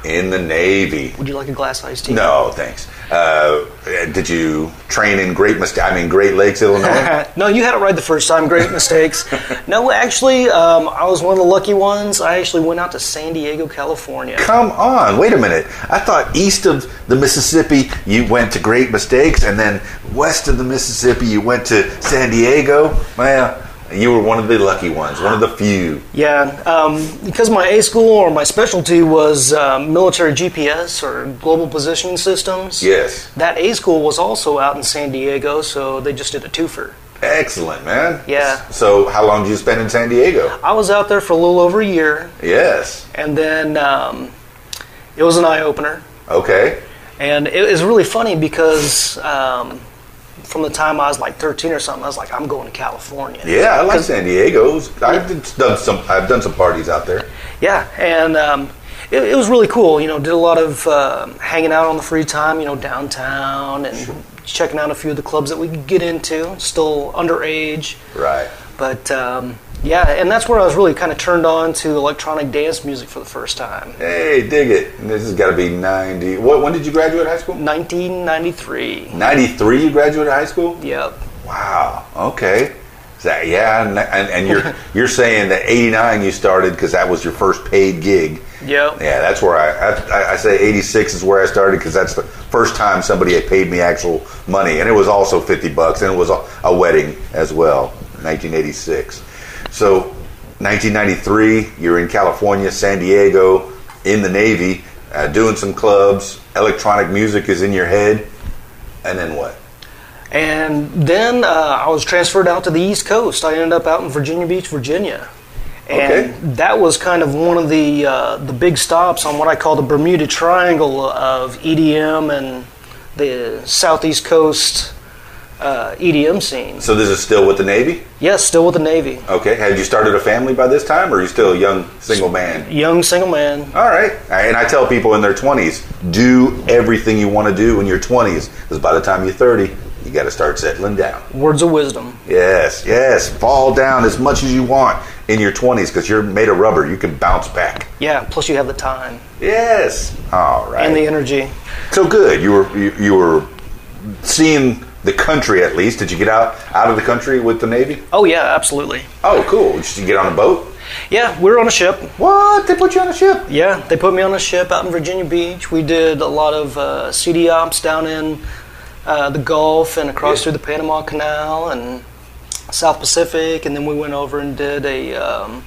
Speaker 1: In the Navy.
Speaker 5: Would you like a glass of iced tea?
Speaker 1: No, thanks. Uh, did you train in Great Mist- I mean Great Lakes, [laughs] Illinois?
Speaker 5: [laughs] no, you had it right the first time. Great mistakes. no, actually, um, I was one of the lucky ones. I actually went out to San Diego, California.
Speaker 1: Come on, wait a minute. I thought east of the Mississippi you went to Great Mistakes, and then west of the Mississippi you went to San Diego. Well, you were one of the lucky ones, one of the few.
Speaker 5: Yeah, um, because my A school or my specialty was uh, military GPS or global positioning systems.
Speaker 1: Yes.
Speaker 5: That A school was also out in San Diego, so they just did a twofer.
Speaker 1: Excellent, man.
Speaker 5: Yeah.
Speaker 1: So, how long did you spend in San Diego?
Speaker 5: I was out there for a little over a year,
Speaker 1: Yes.
Speaker 5: and then um, it was an eye opener.
Speaker 1: Okay.
Speaker 5: And it was really funny because um, from the time I was like 13 or something, I was like, I'm going to California.
Speaker 1: Yeah, I like
Speaker 5: 'Cause-
Speaker 1: San Diego. I've did- done some. I've done some parties out there.
Speaker 5: Yeah, and um, it, it was really cool. You know, did a lot of um hanging out on the free time. You know, downtown and checking out a few of the clubs that we could get into. Still underage,
Speaker 1: Right.
Speaker 5: but um, yeah, and that's where I was really kind of turned on to electronic dance music for the first time.
Speaker 1: Hey, dig it. This has got to be ninety. What? When did you graduate high school?
Speaker 5: 1993.
Speaker 1: Ninety-three. You graduated high school.
Speaker 5: Yep.
Speaker 1: Wow. Okay. Is that yeah? And, and, and you're you're saying that '89 you started because that was your first paid gig.
Speaker 5: Yep.
Speaker 1: Yeah, that's where I I, I say '86 is where I started because that's the first time somebody had paid me actual money, and it was also 50 bucks, and it was a, a wedding as well, 1986. So, 1993, you're in California, San Diego, in the Navy, uh, doing some clubs. Electronic music is in your head, and then what?
Speaker 5: And then uh, I was transferred out to the East Coast. I ended up out in Virginia Beach, Virginia, and
Speaker 1: Okay.
Speaker 5: that was kind of one of the uh, the big stops on what I call the Bermuda Triangle of EDM and the Southeast Coast uh, EDM scene.
Speaker 1: So this is still with the Navy.
Speaker 5: Yes, still with the Navy.
Speaker 1: Okay. Had you started a family by this time, or are you still a young single man?
Speaker 5: Young single man.
Speaker 1: All right. And I tell people in their 20s do everything you want to do in your 20s, because by the time you're 30, you got to start settling down.
Speaker 5: Words of wisdom.
Speaker 1: Yes, yes. Fall down as much as you want in your 20s, because you're made of rubber. You can bounce back.
Speaker 5: Yeah. Plus, you have the time
Speaker 1: Yes. All right.
Speaker 5: and the energy.
Speaker 1: so good. You were you, you were seeing the country at least. Did you get out out of the country with the Navy?
Speaker 5: Oh yeah, absolutely.
Speaker 1: Oh, cool. Did you get on a boat?
Speaker 5: Yeah, we were on a ship.
Speaker 1: What? They put you on a ship?
Speaker 5: Yeah, they put me on a ship out in Virginia Beach. We did a lot of uh, CD ops down in uh, the Gulf and across
Speaker 1: Yeah.
Speaker 5: through the Panama Canal and South Pacific, and then we went over and did a um,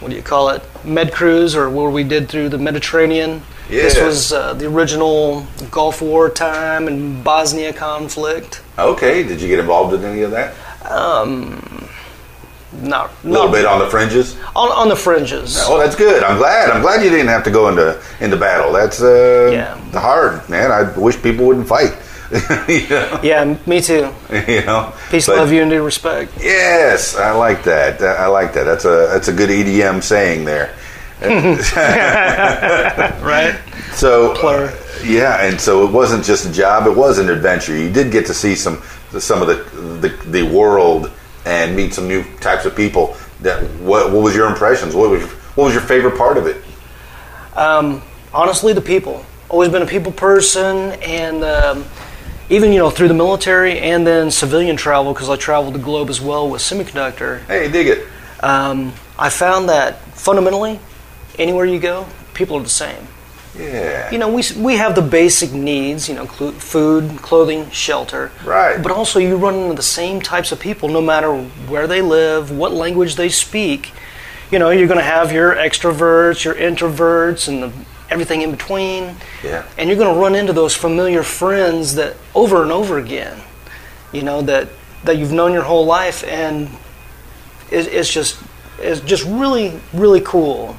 Speaker 5: what do you call it, med cruise, or where we did through the Mediterranean. This
Speaker 1: Yeah.
Speaker 5: was uh, the original Gulf War time and Bosnia conflict.
Speaker 1: Okay, did you get involved in any of that?
Speaker 5: Um, Not
Speaker 1: A little bit on the fringes.
Speaker 5: on, on the fringes.
Speaker 1: Oh, that's good. I'm glad. I'm glad you didn't have to go into into battle. That's uh,
Speaker 5: Yeah.
Speaker 1: hard, man. I wish people wouldn't fight. [laughs] you know,
Speaker 5: Yeah, me too.
Speaker 1: you know?
Speaker 5: Peace,
Speaker 1: But-
Speaker 5: love, unity, respect.
Speaker 1: Yes, I like that. I like that. That's a that's a good EDM saying there.
Speaker 5: Right.
Speaker 1: So
Speaker 5: Plur.
Speaker 1: yeah, and so it wasn't just a job; it was an adventure. You did get to see some some of the the, the world and meet some new types of people. That what what was your impressions? What was what was your favorite part of it?
Speaker 5: Um, honestly, the people. Always been a people person, and um, even you know through the military and then civilian travel because I traveled the globe as well with semiconductor.
Speaker 1: Hey, dig it.
Speaker 5: Um, I found that fundamentally, anywhere you go, people are the same.
Speaker 1: Yeah.
Speaker 5: You know, we s- we have the basic needs. You know, clu food, clothing, shelter.
Speaker 1: Right.
Speaker 5: But also, you run into the same types of people no matter where they live, what language they speak. You know, you're going to have your extroverts, your introverts, and the everything in between.
Speaker 1: Yeah.
Speaker 5: And you're going to run into those familiar friends that over and over again, you know, that, that you've known your whole life. And it, it's just, it's just really, really cool.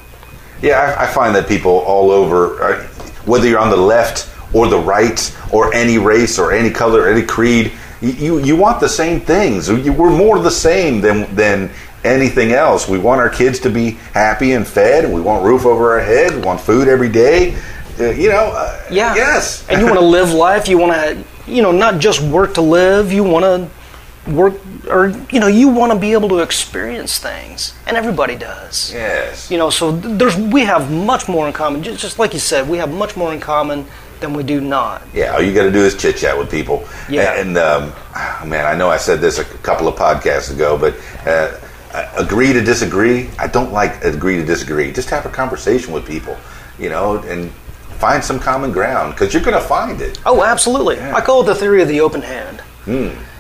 Speaker 1: Yeah, I, I find that people all over, uh, whether you're on the left or the right or any race or any color, any creed, you, you, you want the same things. You, we're more the same than than anything else. We want our kids to be happy and fed, and we want roof over our head. We want food every day. Uh, you know. Uh,
Speaker 5: Yeah.
Speaker 1: Yes.
Speaker 5: and you want to live life. You want to, you know, not just work to live. You want to work, or you know, you want to be able to experience things, and everybody does.
Speaker 1: yes.
Speaker 5: You know, so th- there's we have much more in common. Just, just like you said, we have much more in common than we do not.
Speaker 1: Yeah, all you got to do is chit chat with people.
Speaker 5: Yeah.
Speaker 1: And, um, ah, man, I know I said this a couple of podcasts ago, but uh, uh, agree to disagree. I don't like agree to disagree. Just have a conversation with people, you know, and find some common ground because you're going to find it.
Speaker 5: Oh, absolutely. I call it the theory of the open hand.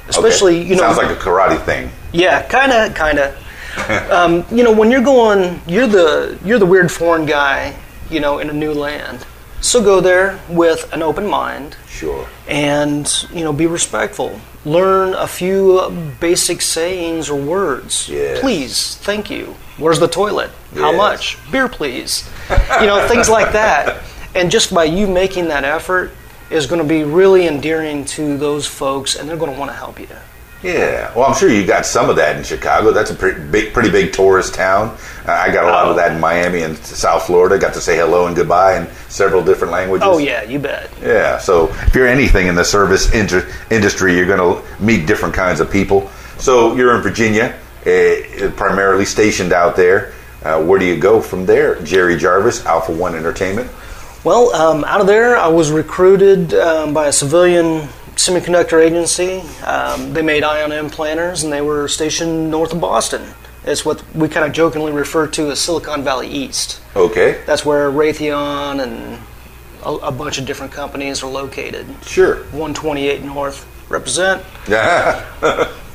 Speaker 5: Especially,
Speaker 1: Hmm. Okay.
Speaker 5: you know,
Speaker 1: sounds like a karate thing.
Speaker 5: Yeah, kind of, kind of.
Speaker 1: [laughs]
Speaker 5: um, you know, when you're going, you're the you're the weird foreign guy, you know, in a new land. So go there with an open mind
Speaker 1: Sure.
Speaker 5: and you know be respectful. Learn a few basic sayings or words.
Speaker 1: Yes.
Speaker 5: Please, thank you. Where's the toilet? How
Speaker 1: Yes.
Speaker 5: much? Beer, please. you know, things like that. And just by you making that effort is going to be really endearing to those folks, and they're going to want to help you.
Speaker 1: Yeah. Well, I'm sure you got some of that in Chicago. That's a pretty big, pretty big tourist town. Uh, I got a
Speaker 5: Oh.
Speaker 1: lot of that in Miami and South Florida. Got to say hello and goodbye in several different languages.
Speaker 5: Oh yeah, you bet.
Speaker 1: Yeah, so if you're anything in the service inter- industry, you're going to meet different kinds of people. So you're in Virginia, eh, primarily stationed out there. Uh, where do you go from there? Jerry Jarvis, Alpha One Entertainment.
Speaker 5: Well, um, out of there, I was recruited um, by a civilian semiconductor agency. Um, they made ion implanters, and they were stationed north of Boston. It's what we kind of jokingly refer to as Silicon Valley East.
Speaker 1: Okay,
Speaker 5: That's where Raytheon and a, a bunch of different companies are located.
Speaker 1: sure. [laughs]
Speaker 5: 128 North, represent.
Speaker 1: Yeah,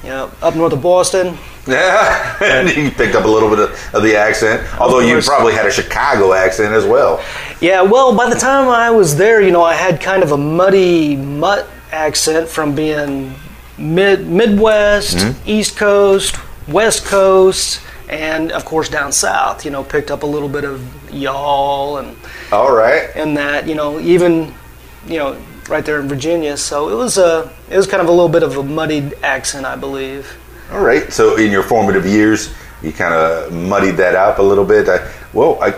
Speaker 5: You know, up north of Boston.
Speaker 1: yeah. And you picked up a little bit of, of the accent, although you
Speaker 5: course.
Speaker 1: probably had a Chicago accent as well.
Speaker 5: Yeah, well, by the time I was there, you know, I had kind of a muddy mutt accent from being mid Midwest, East Coast, West Coast, and of course down south. You know, picked up a little bit of y'all and
Speaker 1: All right.
Speaker 5: and that. You know, even you know right there in Virginia. So it was a it was kind of a little bit of a muddied accent, I believe.
Speaker 1: All right. So in your formative years, you kind of muddied that up a little bit. I, well, I,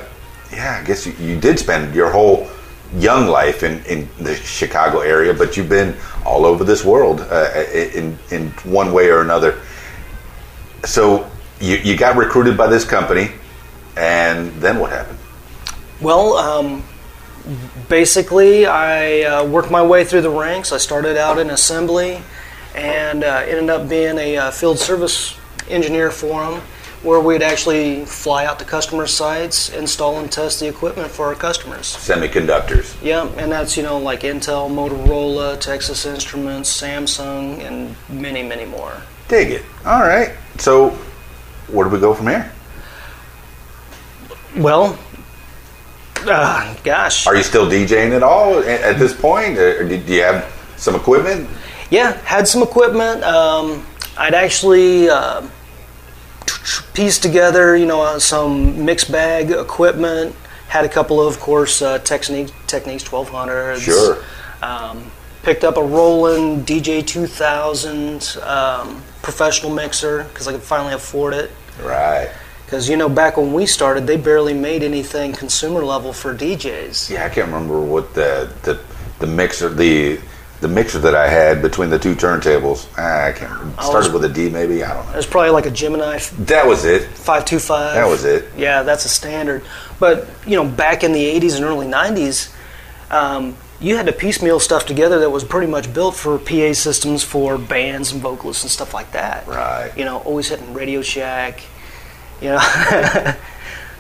Speaker 1: yeah, I guess you, you did spend your whole young life in, in the Chicago area, but you've been all over this world uh, in in one way or another. So you, you got recruited by this company, and then what happened?
Speaker 5: Well, um, basically, I uh, worked my way through the ranks. I started out in assembly and uh, ended up being a uh, field service engineer for them, where we'd actually fly out to customer sites, install and test the equipment for our customers.
Speaker 1: Semiconductors.
Speaker 5: Yeah, and that's, you know, like Intel, Motorola, Texas Instruments, Samsung, and many, many more.
Speaker 1: Dig it. All right. So where do we go from here?
Speaker 5: Well, uh, gosh.
Speaker 1: Are you still DJing at all at, at this point? Or do do you have some equipment?
Speaker 5: yeah, had some equipment. Um, I'd actually uh, pieced together, you know, uh, some mixed bag equipment. Had a couple of, of course, uh, Technique Techniques 1200s.
Speaker 1: Sure.
Speaker 5: Um, picked up a Roland DJ 2000 um, professional mixer because I could finally afford it.
Speaker 1: Right.
Speaker 5: Because you know, back when we started, they barely made anything consumer level for DJs.
Speaker 1: Yeah, I can't remember what the the, the mixer the the mixer that I had between the two turntables. Ah, I can't remember.
Speaker 5: Oh.
Speaker 1: Started with a D maybe. I don't know.
Speaker 5: It was probably like a Gemini f-
Speaker 1: That was it.
Speaker 5: 525.
Speaker 1: That was it.
Speaker 5: Yeah, that's a standard. But, you know, back in the 80s and early 90s, um, you had to piecemeal stuff together that was pretty much built for PA systems for bands and vocalists and stuff like that.
Speaker 1: Right.
Speaker 5: You know, always hitting Radio Shack, you know. [laughs]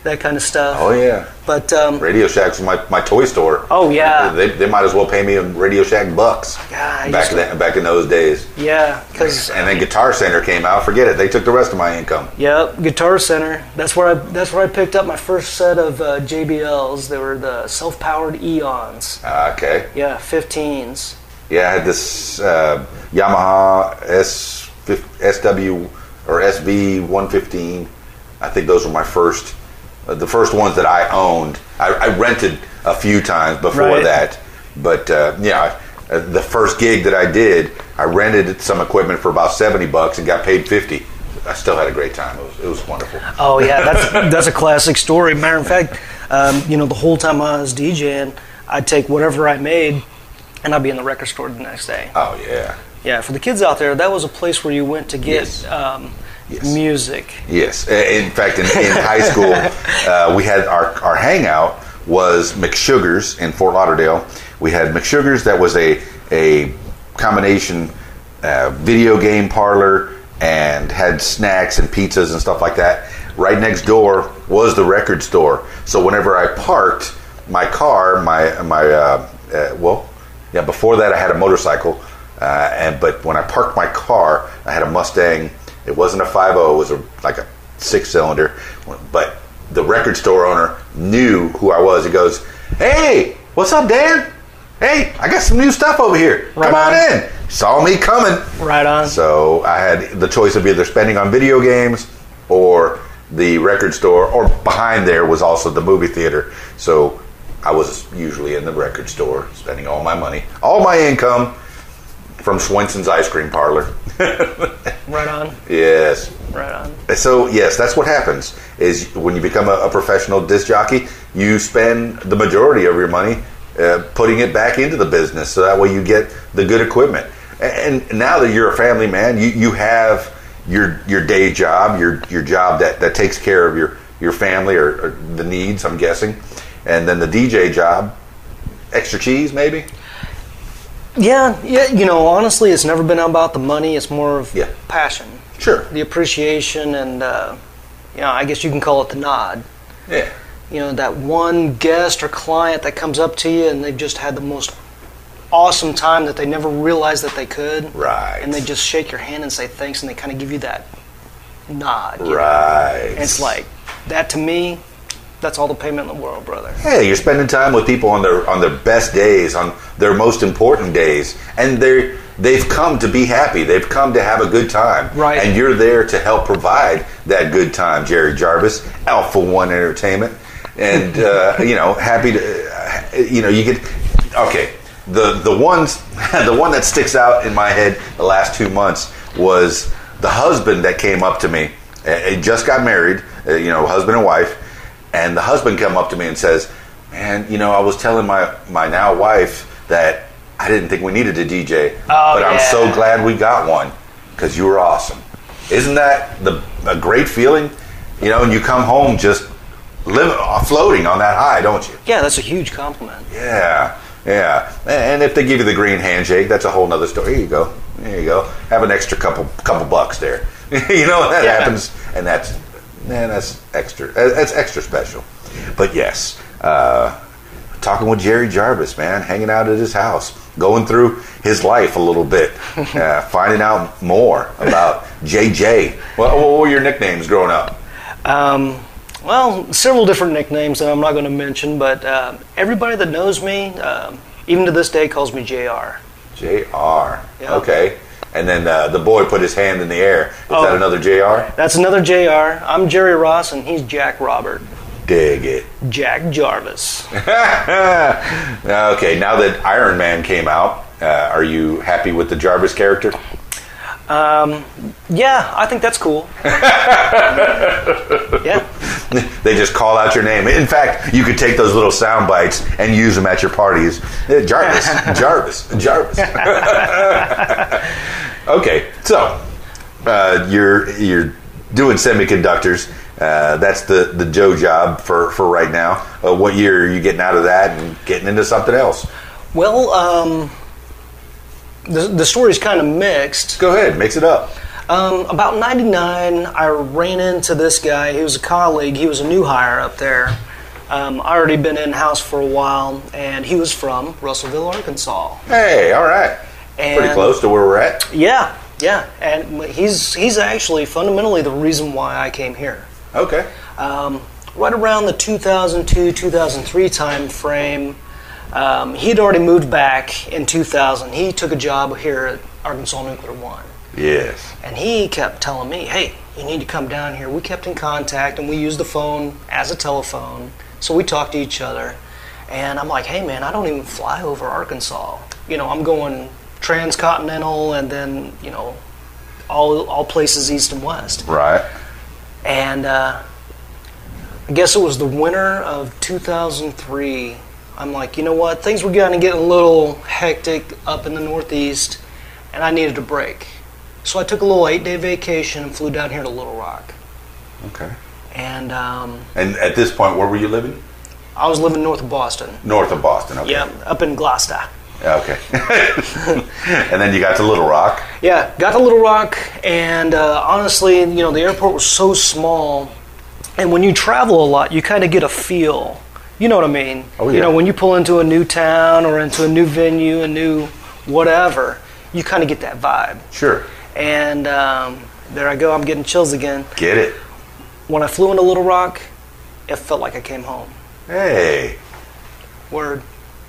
Speaker 5: that kind of stuff.
Speaker 1: Oh yeah.
Speaker 5: But um,
Speaker 1: Radio Shack was my, my toy store.
Speaker 5: Oh, yeah.
Speaker 1: They, they might as well pay me in Radio Shack bucks.
Speaker 5: Yeah, I
Speaker 1: back
Speaker 5: used
Speaker 1: then, back in those days.
Speaker 5: yeah, because
Speaker 1: And then Guitar Center came out. Forget it. They took the rest of my income.
Speaker 5: Yep, Guitar Center. That's where I that's where I picked up my first set of uh, JBLs. They were the self-powered Eons.
Speaker 1: Ah, okay.
Speaker 5: Yeah, 15s.
Speaker 1: Yeah, I had this uh, Yamaha S SW or SB 115. I think those were my first, uh, the first ones that I owned. I, I rented a few times before
Speaker 5: Right.
Speaker 1: that, but uh, yeah, uh, the first gig that I did, I rented some equipment for about 70 bucks and got paid 50. I still had a great time. It was, it was wonderful.
Speaker 5: Oh yeah, that's that's a classic story. Matter of fact, um, you know the whole time I was DJing, I'd take whatever I made, and I'd be in the record store the next day.
Speaker 1: Oh yeah,
Speaker 5: Yeah, for the kids out there, that was a place where you went to get
Speaker 1: Yes.
Speaker 5: um,
Speaker 1: Yes.
Speaker 5: music.
Speaker 1: yes. I- In fact, in, in high school, uh, we had our our hangout was McSugars in Fort Lauderdale. We had McSugars that was a a combination uh, video game parlor and had snacks and pizzas and stuff like that. Right next door was the record store. So whenever I parked my car, my my uh, uh, well, yeah. Before that, I had a motorcycle, uh, and but when I parked my car, I had a Mustang. It wasn't a 5.0; it was a, like a six cylinder. But the record store owner knew who I was. He goes, "Hey, what's up, Dan? Hey, I got some new stuff over here.
Speaker 5: Right
Speaker 1: Come on
Speaker 5: on.
Speaker 1: in." Saw me coming.
Speaker 5: Right on.
Speaker 1: So I had the choice of either spending on video games or the record store, or behind there was also the movie theater. So I was usually in the record store spending all my money, all my income from Swenson's ice cream parlor.
Speaker 5: Right on.
Speaker 1: Yes.
Speaker 5: Right on.
Speaker 1: So yes, that's what happens is when you become a, a professional disc jockey, you spend the majority of your money uh, putting it back into the business, so that way you get the good equipment. And, and now that you're a family man, you, you have your your day job, your your job that, that takes care of your your family or, or the needs, I'm guessing, and then the DJ job, extra cheese maybe.
Speaker 5: Yeah, yeah. You know, honestly, it's never been about the money. It's more of
Speaker 1: Yeah.
Speaker 5: passion,
Speaker 1: Sure.
Speaker 5: the appreciation, and uh, you know, I guess you can call it the nod.
Speaker 1: Yeah.
Speaker 5: you know that one guest or client that comes up to you and they've just had the most awesome time that they never realized that they could
Speaker 1: Right.
Speaker 5: and they just shake your hand and say thanks and they kind of give you that nod you know?
Speaker 1: Right.
Speaker 5: And it's like that to me that's all the payment in the world brother
Speaker 1: Yeah, you're spending time with people on their on their best days, on their most important days, and they are they've come to be happy. They've come to have a good time,
Speaker 5: Right.
Speaker 1: And you're there to help provide that good time, Jerry Jarvis, Alpha One Entertainment, and uh, you know, happy to, uh, you know, you get okay. The the ones [laughs] the one that sticks out in my head the last two months was the husband that came up to me. Uh, uh, just got married, uh, you know, husband and wife and the husband come up to me and says, "Man, you know, I was telling my my now wife that I didn't think we needed a DJ, but I'm
Speaker 5: yeah.
Speaker 1: so glad we got one because you were awesome. Isn't that the a great feeling? You know, and you come home just living floating on that high, don't you?
Speaker 5: yeah that's a huge compliment
Speaker 1: Yeah, yeah. And if they give you the green handshake, that's a whole nother story. Here you go. There you go. Have an extra couple couple bucks there. [laughs] you know that
Speaker 5: Yeah.
Speaker 1: happens, and that's man, that's extra. that- That's extra special. But yes, uh, talking with Jerry Jarvis, man, hanging out at his house, going through his life a little bit, uh, finding out more about JJ. Well, what were your nicknames growing up?
Speaker 5: Um, well, several different nicknames that I'm not going to mention, but um everybody that knows me, um, even to this day, calls me JR.
Speaker 1: Jr.
Speaker 5: Yeah.
Speaker 1: Okay. And then uh, the boy put his hand in the air. Is
Speaker 5: Oh.
Speaker 1: that another Jr.?
Speaker 5: That's another JR. I'm Jerry Ross, and he's Jack Robert.
Speaker 1: Dig it. [laughs]
Speaker 5: Jack Jarvis.
Speaker 1: okay, now that Iron Man came out, uh, are you happy with the Jarvis character?
Speaker 5: Yeah, I think that's cool. yeah,
Speaker 1: [laughs] they just call out your name. In fact, you could take those little sound bites and use them at your parties. Eh, Jarvis, Jarvis, Jarvis. [laughs] okay, so uh, you're you're doing semiconductors. Uh, that's the, the Joe job for, for right now. Uh, what year are you getting out of that and getting into something else?
Speaker 5: well, um, the, the story's kind of mixed.
Speaker 1: Go ahead, mix it up.
Speaker 5: Um, about 99, I ran into this guy. He was a colleague. He was a new hire up there. Um, I already been in house for a while, and he was from Russellville, Arkansas.
Speaker 1: Hey, all right. Pretty
Speaker 5: And-
Speaker 1: close to where we're at.
Speaker 5: Yeah, yeah, and he's he's actually fundamentally the reason why I came here.
Speaker 1: Okay.
Speaker 5: um, right around the 2002 2003 time frame um, he had already moved back in 2000 he took a job here at arkansas nuclear one
Speaker 1: Yes.
Speaker 5: and he kept telling me hey you need to come down here we kept in contact and we used the phone as a telephone so we talked to each other and i'm like hey man i don't even fly over arkansas you know i'm going transcontinental and then you know all, all places east and west
Speaker 1: Right.
Speaker 5: and uh, I guess it was the winter of 2003. I'm like, you know what? Things were kind of getting a little hectic up in the Northeast, and I needed a break. So I took a little eight day vacation and flew down here to Little Rock.
Speaker 1: Okay.
Speaker 5: And um,
Speaker 1: And at this point, where were you living?
Speaker 5: I was living north of Boston.
Speaker 1: North of Boston. Okay.
Speaker 5: Yeah, up in Gloucester.
Speaker 1: Okay. [laughs] and then you got to Little Rock.
Speaker 5: Yeah, got to Little Rock, and uh, honestly, you know, the airport was so small, and when you travel a lot, you kind of get a feel. You know what I mean?
Speaker 1: Oh, yeah.
Speaker 5: You know, when you pull into a new town or into a new venue, a new whatever, you kind of get that vibe.
Speaker 1: Sure.
Speaker 5: And um, there I go, I'm getting chills again.
Speaker 1: Get it.
Speaker 5: When I flew into Little Rock, it felt like I came home.
Speaker 1: Hey.
Speaker 5: Word.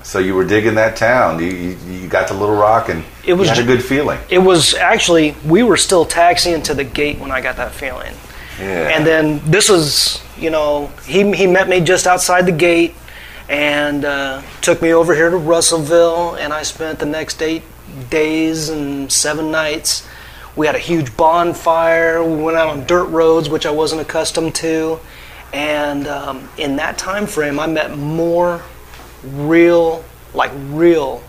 Speaker 1: So you were digging that town. You, you, you got to Little Rock and
Speaker 5: It was
Speaker 1: you had a
Speaker 5: ju-
Speaker 1: good feeling.
Speaker 5: It was actually, we were still taxiing to the gate when I got that feeling.
Speaker 1: Yeah.
Speaker 5: And then this was, you know, he, he met me just outside the gate and uh, took me over here to Russellville. And I spent the next eight days and seven nights. We had a huge bonfire. We went out on dirt roads, which I wasn't accustomed to. And um, in that time frame, I met more real, like real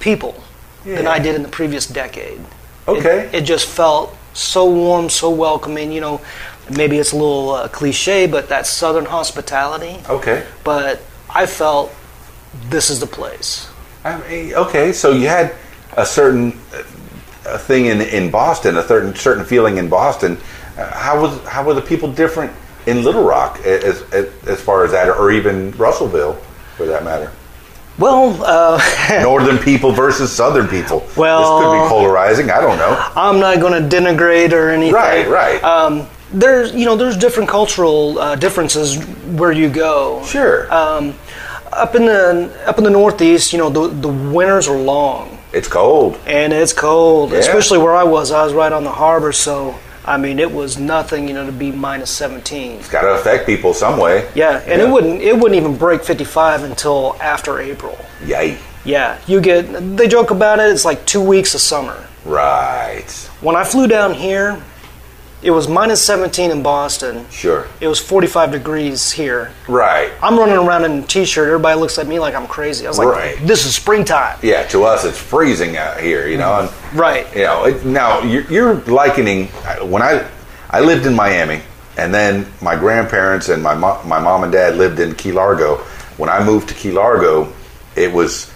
Speaker 5: people than
Speaker 1: Yeah.
Speaker 5: I did in the previous decade.
Speaker 1: Okay.
Speaker 5: It, it just felt so warm, so welcoming. You know, maybe it's a little uh, cliche, but that's Southern hospitality.
Speaker 1: okay.
Speaker 5: But I felt this is the place.
Speaker 1: I mean, okay. So you had a certain uh, a thing in, in Boston, a certain certain feeling in Boston. Uh, how was how were the people different in Little Rock a- as as, as far as that, or even Russellville, for that matter?
Speaker 5: Well, uh, [laughs]
Speaker 1: Northern people versus Southern people. this could be
Speaker 5: Well-
Speaker 1: polarizing. I don't know.
Speaker 5: I'm not going to denigrate or anything.
Speaker 1: [laughs] Right, right.
Speaker 5: Um, there's, you know, there's different cultural uh, differences where you go.
Speaker 1: Sure.
Speaker 5: Um, up in the up in the Northeast, you know, the the winters are long.
Speaker 1: it's cold.
Speaker 5: and it's cold,
Speaker 1: Yeah.
Speaker 5: especially where I was. I was right on the harbor, so I mean, it was nothing, you know, to be minus 17.
Speaker 1: Got to affect people some way.
Speaker 5: Yeah, and
Speaker 1: Yeah.
Speaker 5: it wouldn't it wouldn't even break 55 until after April.
Speaker 1: Yay.
Speaker 5: Yeah, you get they joke about it. It's like two weeks of summer.
Speaker 1: Right.
Speaker 5: When I flew down here, it was minus 17 in Boston.
Speaker 1: Sure.
Speaker 5: It was 45 degrees here.
Speaker 1: Right.
Speaker 5: I'm running around in a t-shirt. Everybody looks at me like I'm crazy. I was like,
Speaker 1: Right.
Speaker 5: "This is springtime."
Speaker 1: Yeah. To us, it's freezing out here. You know. And
Speaker 5: Right.
Speaker 1: you know it, now you're, you're likening uh, when i i lived in miami and then my grandparents and my mom my mom and dad lived in key largo when i moved to key largo it was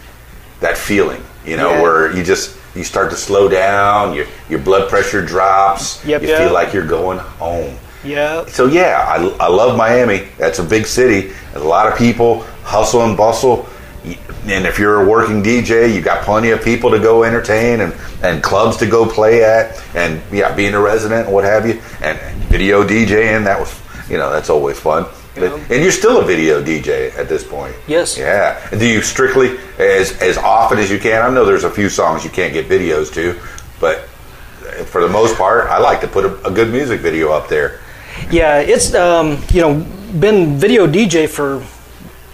Speaker 1: that feeling you know
Speaker 5: Yeah.
Speaker 1: where you just you start to slow down your your blood pressure drops
Speaker 5: Yep,
Speaker 1: you
Speaker 5: yep.
Speaker 1: feel like you're going home
Speaker 5: Yeah.
Speaker 1: so yeah, I, I love Miami. That's a big city. There's a lot of people, hustle and bustle. And if you're a working DJ, you got plenty of people to go entertain and, and clubs to go play at, and yeah, being a resident and what have you, and, and video DJing. That was you know that's always fun. But- and you're still a video DJ at this point.
Speaker 5: Yes.
Speaker 1: Yeah. And Do you strictly as as often as you can? I know there's a few songs you can't get videos to, but uh, for the most part, I like to put a, a good music video up there.
Speaker 5: Yeah, it's um, you know been video DJ for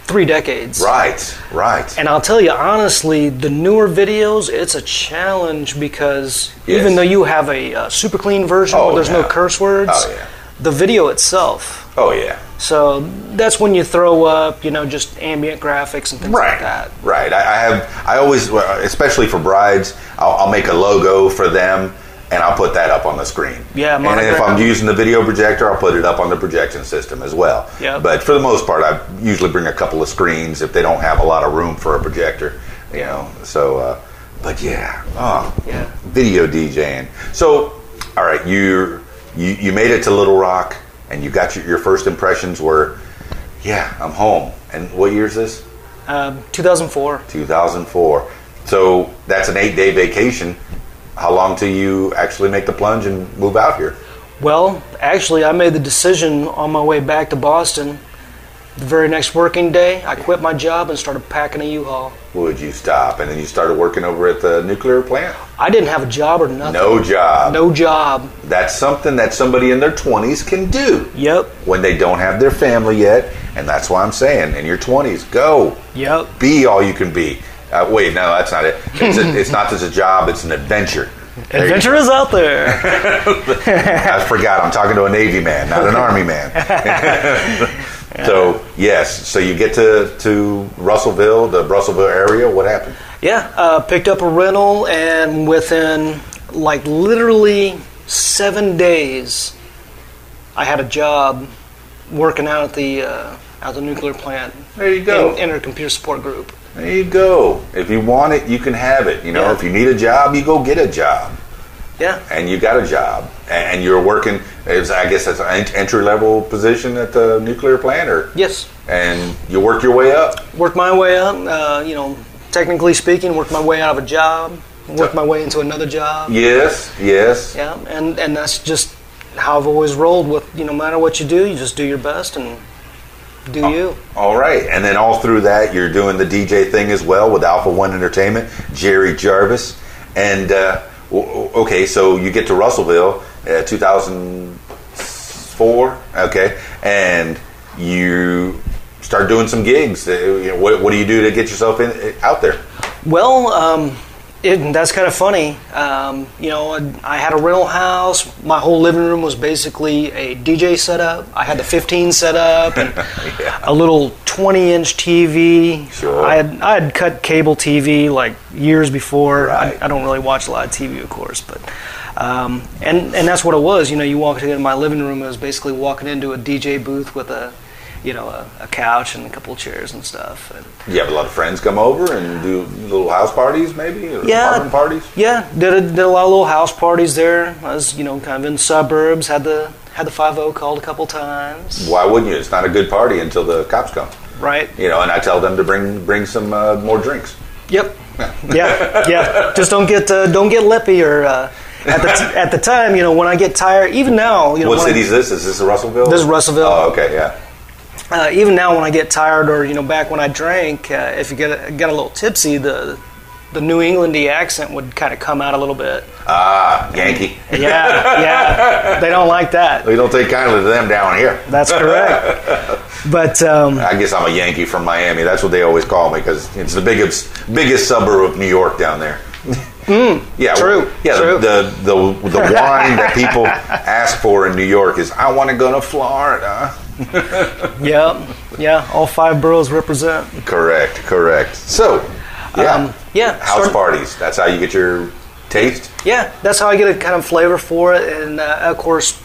Speaker 5: three decades.
Speaker 1: Right, right.
Speaker 5: And I'll tell you honestly, the newer videos, it's a challenge because
Speaker 1: Yes.
Speaker 5: even though you have a uh, super clean version
Speaker 1: Oh,
Speaker 5: where there's
Speaker 1: yeah.
Speaker 5: no curse words,
Speaker 1: Oh, yeah.
Speaker 5: the video itself.
Speaker 1: oh yeah,
Speaker 5: So that's when you throw up, you know, just ambient graphics and things like that.
Speaker 1: right. I, I have. I always, well, especially for brides, I'll, I'll make a logo for them, and I'll put that up on the screen.
Speaker 5: Yeah,
Speaker 1: and if
Speaker 5: monogram.
Speaker 1: I'm using the video projector, I'll put it up on the projection system as well.
Speaker 5: Yep.
Speaker 1: But for the most part, I usually bring a couple of screens if they don't have a lot of room for a projector. You know, so. Uh, but yeah, oh,
Speaker 5: Yeah.
Speaker 1: video DJing. So, all right, you you, you made it to Little Rock, and you got your, your first impressions were, yeah, I'm home. And what year is this?
Speaker 5: Um, 2004.
Speaker 1: 2004. So that's an eight day vacation. How long till you actually make the plunge and move out here?
Speaker 5: Well, actually, I made the decision on my way back to Boston. The very next working day, I quit my job and started packing a U-Haul.
Speaker 1: Would you stop? And then you started working over at the nuclear plant?
Speaker 5: I didn't have a job or nothing.
Speaker 1: No job.
Speaker 5: No job.
Speaker 1: That's something that somebody in their 20s can do
Speaker 5: Yep.
Speaker 1: when they don't have their family yet. And that's why I'm saying, in your 20s, go.
Speaker 5: Yep.
Speaker 1: Be all you can be. Uh, wait, no, that's not it. It's,
Speaker 5: [laughs]
Speaker 1: a, it's not just a job, it's an adventure. There you
Speaker 5: Adventure is out [laughs] there.
Speaker 1: [laughs] I forgot. I'm talking to a Navy man, not an Army
Speaker 5: [laughs]
Speaker 1: man. [laughs] so yes, so you get to to Russellville, the Russellville area. What happened?
Speaker 5: yeah. Uh, picked up a rental, and within like literally seven days, I had a job working out at the uh, at the nuclear plant
Speaker 1: There you
Speaker 5: in, in our computer support group.
Speaker 1: there you go. If you want it, you can have it. You know,
Speaker 5: Yeah.
Speaker 1: if you need a job, you go get a job,
Speaker 5: Yeah.
Speaker 1: and you got a job, and, and you're working. It was, I guess that's an entry level position at the nuclear plant, or
Speaker 5: Yes.
Speaker 1: and you work your way up.
Speaker 5: Worked my way up. Uh, you know, technically speaking, worked my way out of a job. Worked my way into another job.
Speaker 1: Yes, yes.
Speaker 5: Yeah, and and that's just how I've always rolled with you know, no matter what you do, you just do your best and do you.
Speaker 1: All right, and then all through that, you're doing the DJ thing as well with Alpha One Entertainment, Jerry Jarvis, and uh, w- w- okay, so you get to Russellville, uh, 2004, okay, and you start doing some gigs. Uh, you know, What, what do you do to get yourself in uh, out there?
Speaker 5: Well, um, it, that's kind of funny. Um, you know, I, I had a rental house. My whole living room was basically a DJ setup. I had the 15 set up
Speaker 1: [laughs]
Speaker 5: and a little 20 inch TV.
Speaker 1: Sure.
Speaker 5: I had I had cut cable TV like years before.
Speaker 1: Right.
Speaker 5: I, I don't really watch a lot of TV, of course, but. Um, and and that's what it was. You know, you walked into my living room. It was basically walking into a DJ booth with a, you know, a, a couch and a couple of chairs and stuff. And
Speaker 1: You have a lot of friends come over and do little house parties, maybe, or
Speaker 5: Yeah.
Speaker 1: apartment parties.
Speaker 5: Yeah, did a, did a lot of little house parties there. I was, you know, kind of in the suburbs. Had the had the five O called a couple times.
Speaker 1: Why wouldn't you? It's not a good party until the cops come,
Speaker 5: Right.
Speaker 1: you know. And I tell them to bring bring some uh, more drinks. [laughs]
Speaker 5: Yep. Yeah. Yeah. Just don't get uh, don't get lippy or uh, at the
Speaker 1: [laughs]
Speaker 5: t- at the time, you know, when I get tired. Even now, you know,
Speaker 1: What
Speaker 5: when I-
Speaker 1: city is this? Is this Russellville?
Speaker 5: This is Russellville.
Speaker 1: Oh, okay, yeah.
Speaker 5: uh, even now when I get tired or you know back when I drank, uh, if you get a, got a little tipsy, the the New Englandy accent would kind of come out a little
Speaker 1: [laughs]
Speaker 5: bit.
Speaker 1: Ah, Yankee.
Speaker 5: Yeah. Yeah. They don't like that.
Speaker 1: We don't take kindly to them down here.
Speaker 5: That's correct. But. Um,
Speaker 1: I guess I'm a Yankee from Miami. That's what they always call me because it's the biggest biggest suburb of New York down
Speaker 5: [laughs]
Speaker 1: there. yeah,
Speaker 5: Mm, true,
Speaker 1: well, Yeah,
Speaker 5: true.
Speaker 1: The, the the the wine that
Speaker 5: [laughs]
Speaker 1: people ask for in New York is I want to go to Florida.
Speaker 5: Yep. Yeah. All five boroughs represent.
Speaker 1: Correct, correct. So, yeah,
Speaker 5: Um, yeah,
Speaker 1: house
Speaker 5: sort-
Speaker 1: parties. That's how you get your taste.
Speaker 5: Yeah. That's how I get a kind of flavor for it. And uh, of course,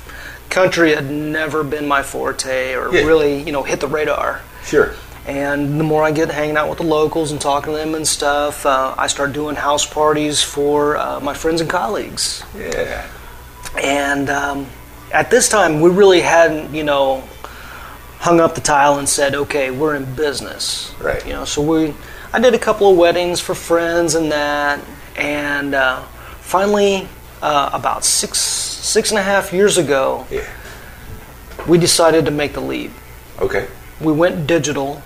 Speaker 5: country had never been my forte or
Speaker 1: Yeah.
Speaker 5: really, you know, hit the radar.
Speaker 1: Sure.
Speaker 5: And the more I get hanging out with the locals and talking to them and stuff, uh, I start doing house parties for uh, my friends and colleagues.
Speaker 1: Yeah.
Speaker 5: And um, at this time, we really hadn't, you know, hung up the tile and said, okay, we're in business.
Speaker 1: Right.
Speaker 5: You know, so we, I did a couple of weddings for friends and that, and uh, finally, uh, about six six and a half years ago,
Speaker 1: Yeah.
Speaker 5: we decided to make the leap.
Speaker 1: Okay.
Speaker 5: We went digital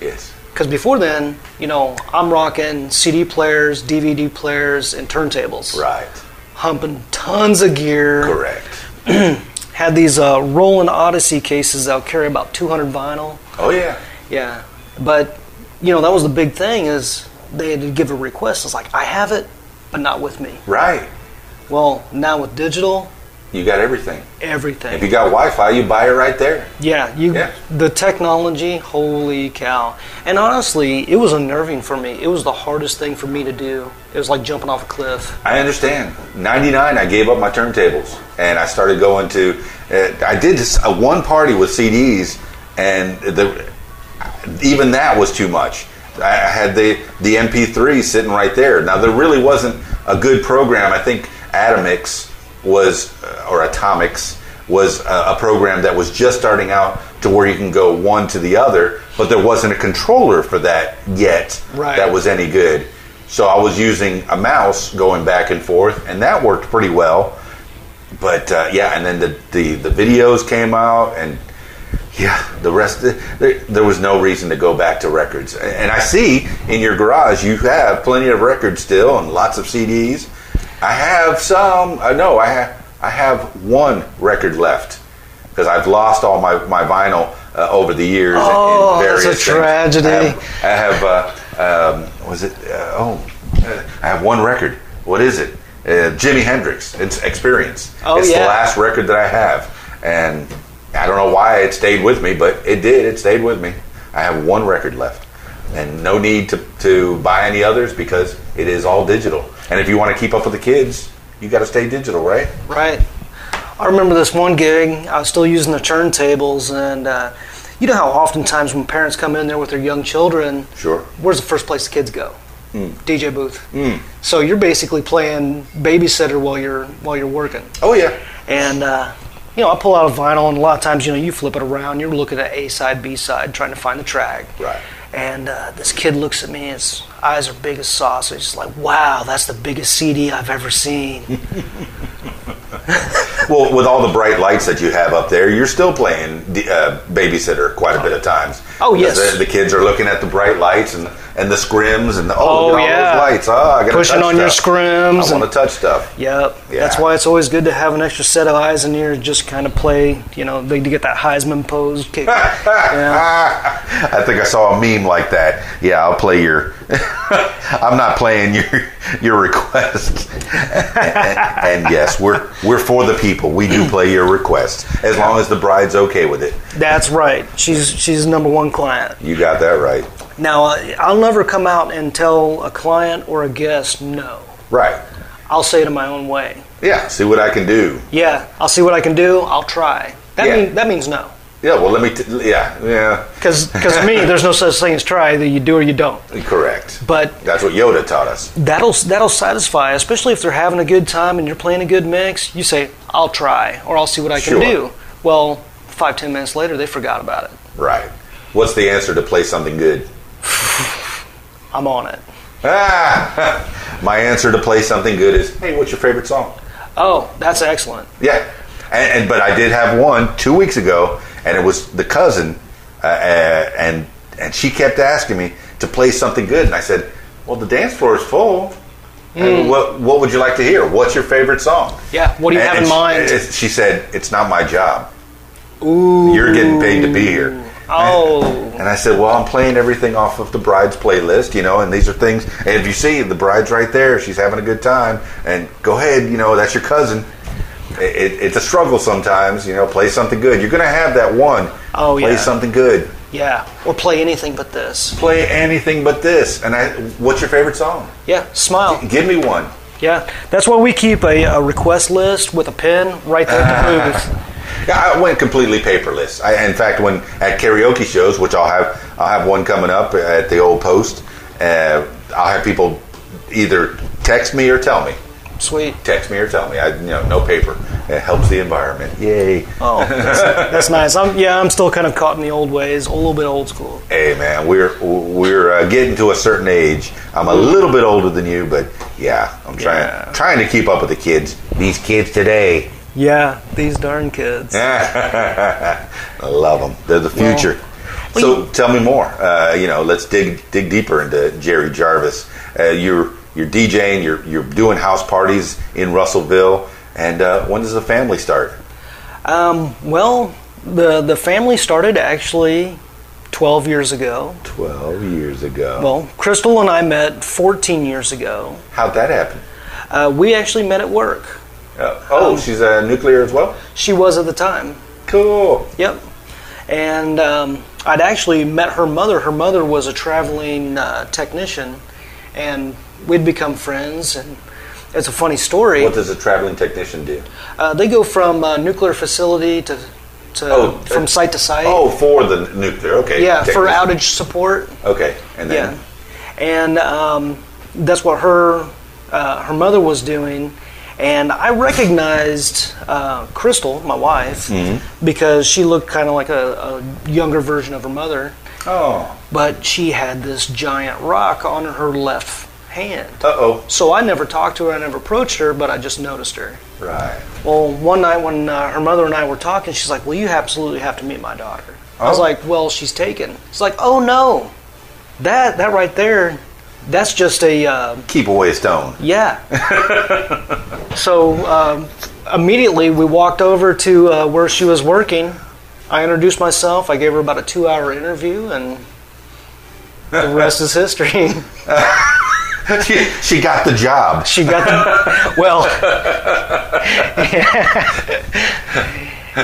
Speaker 1: Yes.
Speaker 5: because before then, you know, I'm rocking CD players, DVD players, and turntables.
Speaker 1: Right.
Speaker 5: Humping tons of gear.
Speaker 1: Correct.
Speaker 5: [clears throat] had these uh, Roland Odyssey cases that'll carry about 200 vinyl.
Speaker 1: Oh yeah.
Speaker 5: Yeah, but you know that was the big thing is they had to give a request. It's like I have it, but not with me.
Speaker 1: Right.
Speaker 5: Well, now with digital,
Speaker 1: You got everything. If you
Speaker 5: everything.
Speaker 1: got Wi-Fi, you buy it right there.
Speaker 5: Yeah, you
Speaker 1: Yeah.
Speaker 5: the technology. Holy cow! And honestly, it was unnerving for me. It was the hardest thing for me to do. It was like jumping off a cliff.
Speaker 1: I understand. '99, I gave up my turntables and I started going to. Uh, I did this, uh, one party with CDs, and the even that was too much. I had the the MP3 sitting right there. Now there really wasn't a good program. I think Atomix was uh, or Atomics was uh, a, a program that was just starting out to where you can go one to the other, but there wasn't a controller for that yet
Speaker 5: Right.
Speaker 1: that was any good. So I was using a mouse going back and forth, and that worked pretty well. But uh, yeah, and then the, the the videos came out, and yeah, the rest there, there was no reason to go back to records. And I see in your garage you have plenty of records still and lots of CDs. I have some. Uh, no, I have I have one record left because I've lost all my my vinyl uh, over the years. in- in
Speaker 5: Oh, that's a
Speaker 1: various things.
Speaker 5: tragedy.
Speaker 1: I have- I have, uh, um, was it? Uh, oh, uh, I have one record. What is it? Uh, Jimi Hendrix. It's Experience.
Speaker 5: Oh,
Speaker 1: it's the
Speaker 5: yeah.
Speaker 1: last record that I have, and I don't know why it stayed with me, but it did. It stayed with me. I have one record left, and no need to to buy any others because it is all digital. And if you want to keep up with the kids, you got to stay digital, right?
Speaker 5: Right. I remember this one gig. I was still using the turntables, and uh, you know how oftentimes when parents come in there with their young children,
Speaker 1: Sure. Hmm.
Speaker 5: where's the first place the kids go? DJ booth. So you're basically playing babysitter while you're while you're working,
Speaker 1: Oh yeah.
Speaker 5: and uh, you know I pull out a vinyl, and a lot of times you know you flip it around, you're looking at A side, B side, trying to find the track.
Speaker 1: Right.
Speaker 5: And uh, this kid looks at me, his eyes are big as sausage. He's like, "Wow, that's the biggest CD I've ever
Speaker 1: [laughs]
Speaker 5: seen."
Speaker 1: Well, with all the bright lights that you have up there, you're still playing the, uh, babysitter quite a bit of times.
Speaker 5: Oh, yes.
Speaker 1: Because The, the kids are looking at the bright lights and and the scrims and the, oh,
Speaker 5: Oh,
Speaker 1: look at all
Speaker 5: yeah.
Speaker 1: those lights. Ah, I gotta
Speaker 5: Pushing
Speaker 1: touch
Speaker 5: on your
Speaker 1: stuff.
Speaker 5: scrims
Speaker 1: I want
Speaker 5: and-
Speaker 1: to touch stuff.
Speaker 5: Yep.
Speaker 1: Yeah.
Speaker 5: That's why it's always good to have an extra set of eyes and ears, just kind of play, you know, they to get that Heisman pose
Speaker 1: [laughs]
Speaker 5: kick. yeah.
Speaker 1: I think I saw a meme like that. Yeah, I'll play your. [laughs] I'm not playing your your request. [laughs] and, yes, we're we're for the people. We do play your request as long as the bride's okay with it.
Speaker 5: That's right. She's she's the number one client.
Speaker 1: You got that right.
Speaker 5: Now, I- I'll never come out and tell a client or a guest no.
Speaker 1: Right.
Speaker 5: I'll say it in my own way.
Speaker 1: Yeah. See what I can do.
Speaker 5: Yeah, I'll see what I can do. I'll try. That
Speaker 1: Yeah.
Speaker 5: mean, that means no.
Speaker 1: Yeah, well, let me. T- yeah, yeah,
Speaker 5: Because to me, there's no such thing as try. Either you do or you don't.
Speaker 1: correct.
Speaker 5: But
Speaker 1: That's what Yoda taught us.
Speaker 5: that'll that'll satisfy, especially if they're having a good time and you're playing a good mix. You say, "I'll try," or "I'll see what I can
Speaker 1: Sure.
Speaker 5: do." Well, five ten minutes later, they forgot about it.
Speaker 1: Right. What's the answer to play something good?
Speaker 5: I'm on it.
Speaker 1: Ah, [laughs] my answer to play something good is, hey, what's your favorite song?
Speaker 5: Oh, that's excellent.
Speaker 1: Yeah, and, and but I did have one two weeks ago, and it was the cousin, uh, uh, and and she kept asking me to play something good, and I said, well, the dance floor is full. And what what would you like to hear? What's your favorite song?
Speaker 5: Hmm. Yeah, what do you have in
Speaker 1: she-
Speaker 5: mind?
Speaker 1: and She said, it's not my job.
Speaker 5: Ooh.
Speaker 1: You're getting paid to be here.
Speaker 5: Oh,
Speaker 1: And I said, "Well, I'm playing everything off of the bride's playlist, you know, and these are things. And if you see the bride's right there, she's having a good time. And go ahead, you know, that's your cousin. It, it, it's a struggle sometimes, you know. Play something good. You're gonna have that one.
Speaker 5: Oh,
Speaker 1: play
Speaker 5: yeah.
Speaker 1: something good.
Speaker 5: yeah. Or play anything but this.
Speaker 1: Play anything but this. And I, what's your favorite song?
Speaker 5: Yeah, smile.
Speaker 1: Give me one.
Speaker 5: Yeah, that's why we keep a, a request list with a pen right there at the booth.
Speaker 1: [laughs] Yeah, I went completely paperless. I, in fact, when at karaoke shows, which I'll have, I'll have one coming up at the old post. Uh, I'll have people either text me or tell me.
Speaker 5: Sweet.
Speaker 1: Text me or tell me. I, you know, no paper. It helps the environment. Yay.
Speaker 5: Oh, that's, that's nice. I'm, yeah, I'm still kind of caught in the old ways, a little bit old school.
Speaker 1: Hey, man, we're we're uh, getting to a certain age. I'm a little bit older than you, but yeah, I'm trying
Speaker 5: Yeah.
Speaker 1: trying to keep up with the kids. These kids today.
Speaker 5: Yeah, these darn kids.
Speaker 1: [laughs] I love them. They're the future. so tell me more. Uh, you know, let's dig dig deeper into Jerry Jarvis. Uh, you're you're DJing. You're you're doing house parties in Russellville. And uh, when does the family start?
Speaker 5: Um, well, the the family started actually 12 years ago.
Speaker 1: Twelve years ago.
Speaker 5: Well, Crystal and I met 14 years ago.
Speaker 1: How'd that happen?
Speaker 5: Uh, we actually met at work.
Speaker 1: Uh, oh,
Speaker 5: Um,
Speaker 1: she's a nuclear as well.
Speaker 5: She was at the time.
Speaker 1: Cool.
Speaker 5: Yep. And um, I'd actually met her mother. Her mother was a traveling uh, technician, and we'd become friends. And it's a funny story.
Speaker 1: What does a traveling technician do?
Speaker 5: Uh, they go from uh, nuclear facility to to
Speaker 1: Oh,
Speaker 5: from
Speaker 1: uh,
Speaker 5: site to site.
Speaker 1: Oh, for the nuclear. Okay.
Speaker 5: yeah, for
Speaker 1: Technical.
Speaker 5: outage support.
Speaker 1: Okay, and then
Speaker 5: Yeah, and um, that's what her uh, her mother was doing, and I recognized uh, Crystal, my wife,
Speaker 1: Mm-hmm.
Speaker 5: because she looked kind of like a, a younger version of her mother,
Speaker 1: oh,
Speaker 5: but she had this giant rock on her left hand.
Speaker 1: uh oh,
Speaker 5: So I never talked to her, I never approached her, but I just noticed her.
Speaker 1: right.
Speaker 5: Well, one night when uh, her mother and I were talking, she's like, "Well, you absolutely have to meet my daughter." I was
Speaker 1: Oh.
Speaker 5: like, "Well, she's taken." She's like, "Oh no, that that right there, that's just a uh,
Speaker 1: Keep away stone. [laughs]
Speaker 5: yeah." so um, immediately we walked over to uh, where she was working. I introduced myself. I gave her about a two-hour interview, and the rest is history. [laughs]
Speaker 1: she, she got the job.
Speaker 5: She got the well.
Speaker 1: [laughs]
Speaker 5: [laughs]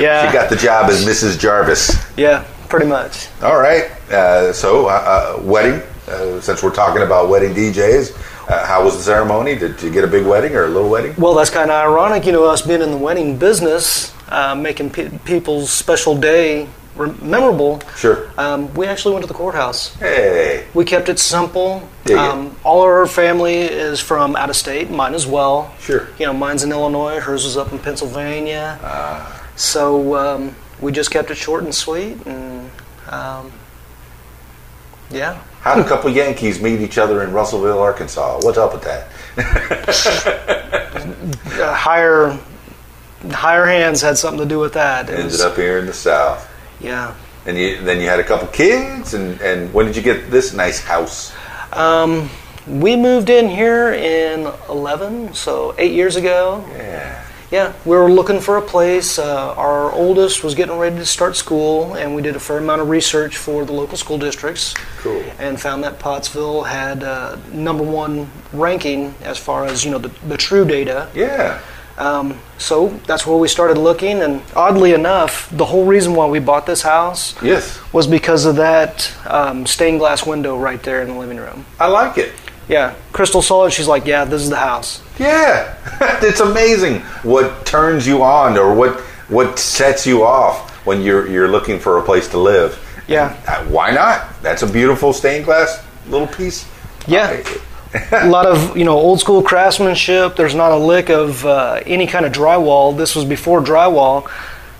Speaker 5: yeah.
Speaker 1: She got the job as Mrs. Jarvis.
Speaker 5: Yeah, pretty much.
Speaker 1: All right. Uh, so, uh, uh, wedding. Uh, since we're talking about wedding DJs, uh, how was the ceremony? Did you get a big wedding or a little wedding?
Speaker 5: Well, that's kind of ironic, you know, us being in the wedding business, uh, making pe- people's special day rem- memorable.
Speaker 1: Sure.
Speaker 5: Um, we actually went to the courthouse.
Speaker 1: Hey.
Speaker 5: We kept it simple.
Speaker 1: Dig it.
Speaker 5: Um, all of our family is from out of state, mine as well.
Speaker 1: Sure.
Speaker 5: You know, mine's in Illinois, hers is up in Pennsylvania.
Speaker 1: Ah.
Speaker 5: So um, we just kept it short and sweet, and um, yeah.
Speaker 1: How do a couple Yankees meet each other in Russellville, Arkansas? What's up with that?
Speaker 5: Uh, higher, higher hands had something to do with that. It
Speaker 1: Ended
Speaker 5: was-
Speaker 1: up here in the South.
Speaker 5: Yeah.
Speaker 1: And you, then you had a couple kids, and, and when did you get this nice house?
Speaker 5: Um, we moved in here in 11, so eight years ago.
Speaker 1: Yeah.
Speaker 5: Yeah, we were looking for a place. Uh, our oldest was getting ready to start school, and we did a fair amount of research for the local school districts.
Speaker 1: Cool.
Speaker 5: And found that Pottsville had uh, number one ranking as far as you know the, the true data.
Speaker 1: Yeah.
Speaker 5: Um, so that's where we started looking, and oddly enough, the whole reason why we bought this house
Speaker 1: Yes.
Speaker 5: was because of that um, stained glass window right there in the living room.
Speaker 1: I like it.
Speaker 5: Yeah, Crystal saw it. She's like, "Yeah, this is the house."
Speaker 1: Yeah, [laughs] it's amazing what turns you on or what what sets you off when you're you're looking for a place to live.
Speaker 5: Yeah.
Speaker 1: Uh, why not? That's a beautiful stained glass little piece.
Speaker 5: Yeah. [laughs] a lot of you know old school craftsmanship. There's not a lick of uh, any kind of drywall. This was before drywall,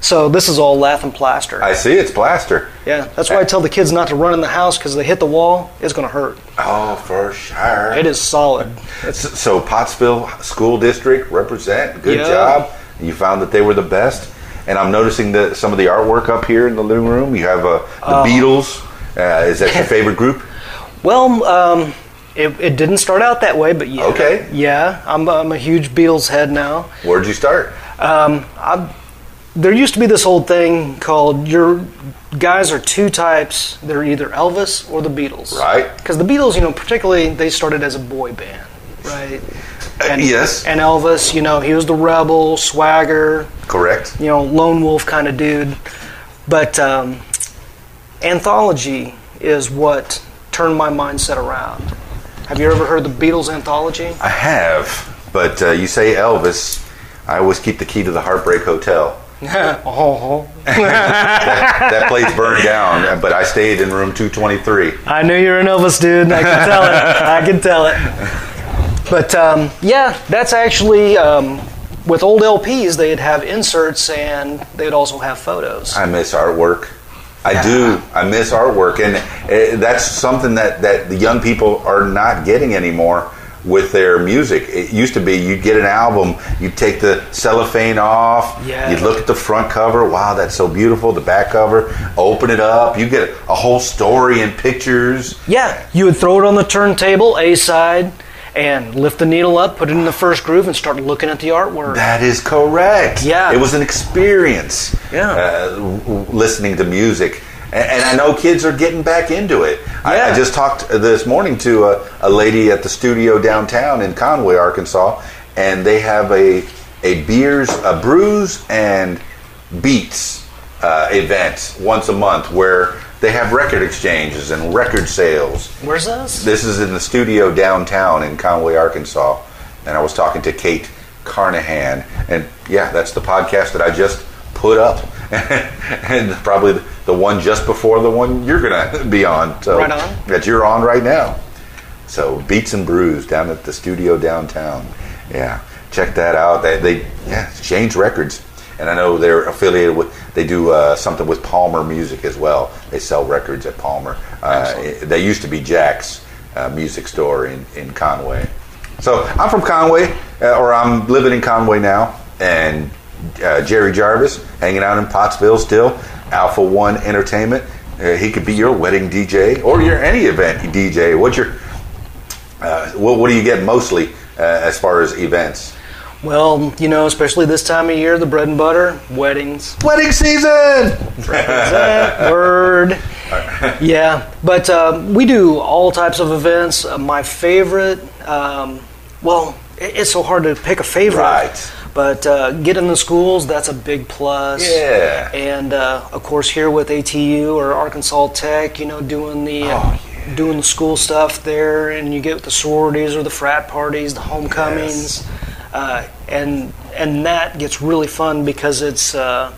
Speaker 5: so this is all lath and plaster.
Speaker 1: I, I see it's plaster.
Speaker 5: yeah, that's why I tell the kids not to run in the house because they hit the wall, it's gonna hurt.
Speaker 1: Oh, for sure.
Speaker 5: It is solid.
Speaker 1: S- So Pottsville School District represent. Good
Speaker 5: Yeah.
Speaker 1: job. You found that they were the best. And I'm noticing that some of the artwork up here in the living room. You have uh, the
Speaker 5: Oh.
Speaker 1: Beatles. Uh,
Speaker 5: [laughs]
Speaker 1: is that your favorite group?
Speaker 5: Well, um, it, it didn't start out that way, but yeah,
Speaker 1: Okay.
Speaker 5: yeah, I'm, I'm a huge Beatles head now.
Speaker 1: Where'd you start?
Speaker 5: Um, I, there used to be this old thing called your guys are two types. They're either Elvis or the Beatles.
Speaker 1: Right.
Speaker 5: Because the Beatles, you know, particularly they started as a boy band, right?
Speaker 1: Uh, yes.
Speaker 5: And Elvis, you know, he was the rebel, swagger,
Speaker 1: Correct.
Speaker 5: you know, lone wolf kind of dude. But um, anthology is what turned my mindset around. Have you ever heard the Beatles anthology?
Speaker 1: I have, but uh, you say Elvis. I always keep the key to the Heartbreak Hotel.
Speaker 5: oh,
Speaker 1: That place burned down, but I stayed in room 223.
Speaker 5: I knew you were an Elvis dude. I can tell it. I can tell it. But um, yeah, that's actually um, with old LPs, they'd have inserts and they'd also have photos.
Speaker 1: I miss artwork. I do. I miss artwork, and uh, that's something that that the young people are not getting anymore with their music. It used to be you'd get an album, you'd take the cellophane off,
Speaker 5: Yeah.
Speaker 1: you'd look at the front cover. Wow, that's so beautiful. The back cover, open it up, you get a whole story and pictures.
Speaker 5: Yeah, you would throw it on the turntable, A side, and lift the needle up, put it in the first groove, and start looking at the artwork.
Speaker 1: That is correct.
Speaker 5: Yeah.
Speaker 1: It was an experience.
Speaker 5: Yeah.
Speaker 1: Uh, w- w- listening to music. A- And I know kids are getting back into it. I, I
Speaker 5: Yeah.
Speaker 1: just talked uh, this morning to a, a lady at the studio downtown in Conway, Arkansas, and they have a a beers, a brews and beats uh, event once a month where they have record exchanges and record sales.
Speaker 5: Where's this?
Speaker 1: This is in the studio downtown in Conway, Arkansas, and I was talking to Kate Carnahan, and yeah, that's the podcast that I just put up. [laughs] and probably the one just before the one you're gonna be on. So
Speaker 5: Right on.
Speaker 1: That you're on right now. So Beats and Brews down at the studio downtown. Yeah, check that out. They, they yeah, Shane's Records, and I know they're affiliated with. They do uh, something with Palmer Music as well. They sell records at Palmer. Uh, it- they used to be Jack's uh, music store in in Conway. So I'm from Conway, uh, or I'm living in Conway now, and uh, Jerry Jarvis hanging out in Pottsville still. Alpha One Entertainment. Uh, he could be your wedding DJ or your any event DJ. What's your uh, what, what do you get mostly uh, as far as events?
Speaker 5: Well, you know, especially this time of year, the bread and butter, weddings.
Speaker 1: Wedding season.
Speaker 5: [laughs] Word. Yeah, but um, we do all types of events. Uh, My favorite, um, well, i- it's so hard to pick a favorite.
Speaker 1: Right.
Speaker 5: But uh, get in the schools, that's a big plus.
Speaker 1: Yeah.
Speaker 5: And uh, of course, here with ATU or Arkansas Tech, you know, doing the
Speaker 1: Oh,
Speaker 5: uh, doing the school stuff there, and you get the sororities or the frat parties, the homecomings, uh, and and that gets really fun because it's. Uh,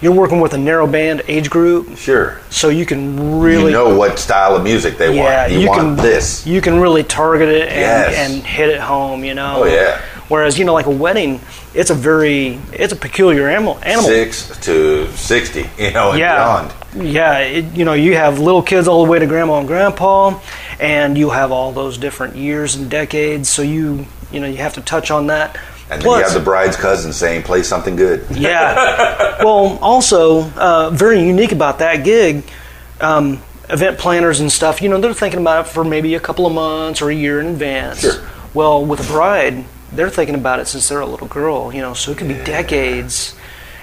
Speaker 5: you're working with a narrow band age group,
Speaker 1: Sure.
Speaker 5: so you can really
Speaker 1: you know what style of music they
Speaker 5: yeah
Speaker 1: want. You, want
Speaker 5: can
Speaker 1: this.
Speaker 5: you can really target it and,
Speaker 1: Yes.
Speaker 5: and hit it home you know
Speaker 1: Oh, yeah.
Speaker 5: whereas you know like a wedding it's a very it's a peculiar animal animal
Speaker 1: Six to sixty. [laughs] You know and
Speaker 5: yeah
Speaker 1: beyond.
Speaker 5: yeah it, you know you have little kids all the way to grandma and grandpa and you have all those different years and decades so you you know you have to touch on that
Speaker 1: And then
Speaker 5: Plus,
Speaker 1: you have the bride's cousin saying, "Play something good."
Speaker 5: yeah. Well, also uh, very unique about that gig, um, event planners and stuff. You know, they're thinking about it for maybe a couple of months or a year in advance.
Speaker 1: Sure.
Speaker 5: Well, with a bride, they're thinking about it since they're a little girl. You know, so it could be decades,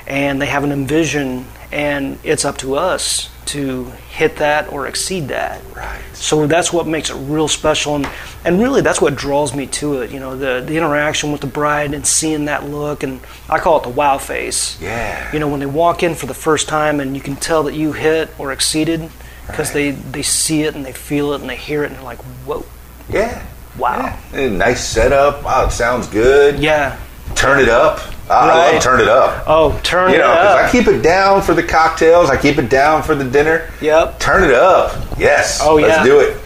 Speaker 5: and they have an envision, and it's up to us to hit that or exceed that.
Speaker 1: Right.
Speaker 5: So that's what makes it real special, and, and really that's what draws me to it. You know, the, the interaction with the bride and seeing that look, and I call it the wow face.
Speaker 1: Yeah.
Speaker 5: You know, when they walk in for the first time and you can tell that you hit or exceeded because they, they see it and they feel it and they hear it and they're like, whoa,
Speaker 1: Yeah.
Speaker 5: wow.
Speaker 1: Eh, Nice setup. Wow, it sounds good.
Speaker 5: Yeah.
Speaker 1: Turn it up. I I
Speaker 5: Right.
Speaker 1: love turn it up.
Speaker 5: Oh, turn
Speaker 1: you
Speaker 5: it
Speaker 1: know, 'cause
Speaker 5: up.
Speaker 1: I keep it down for the cocktails. I keep it down for the dinner.
Speaker 5: Yep.
Speaker 1: Turn it up. Yes.
Speaker 5: Oh, yeah.
Speaker 1: Let's do it.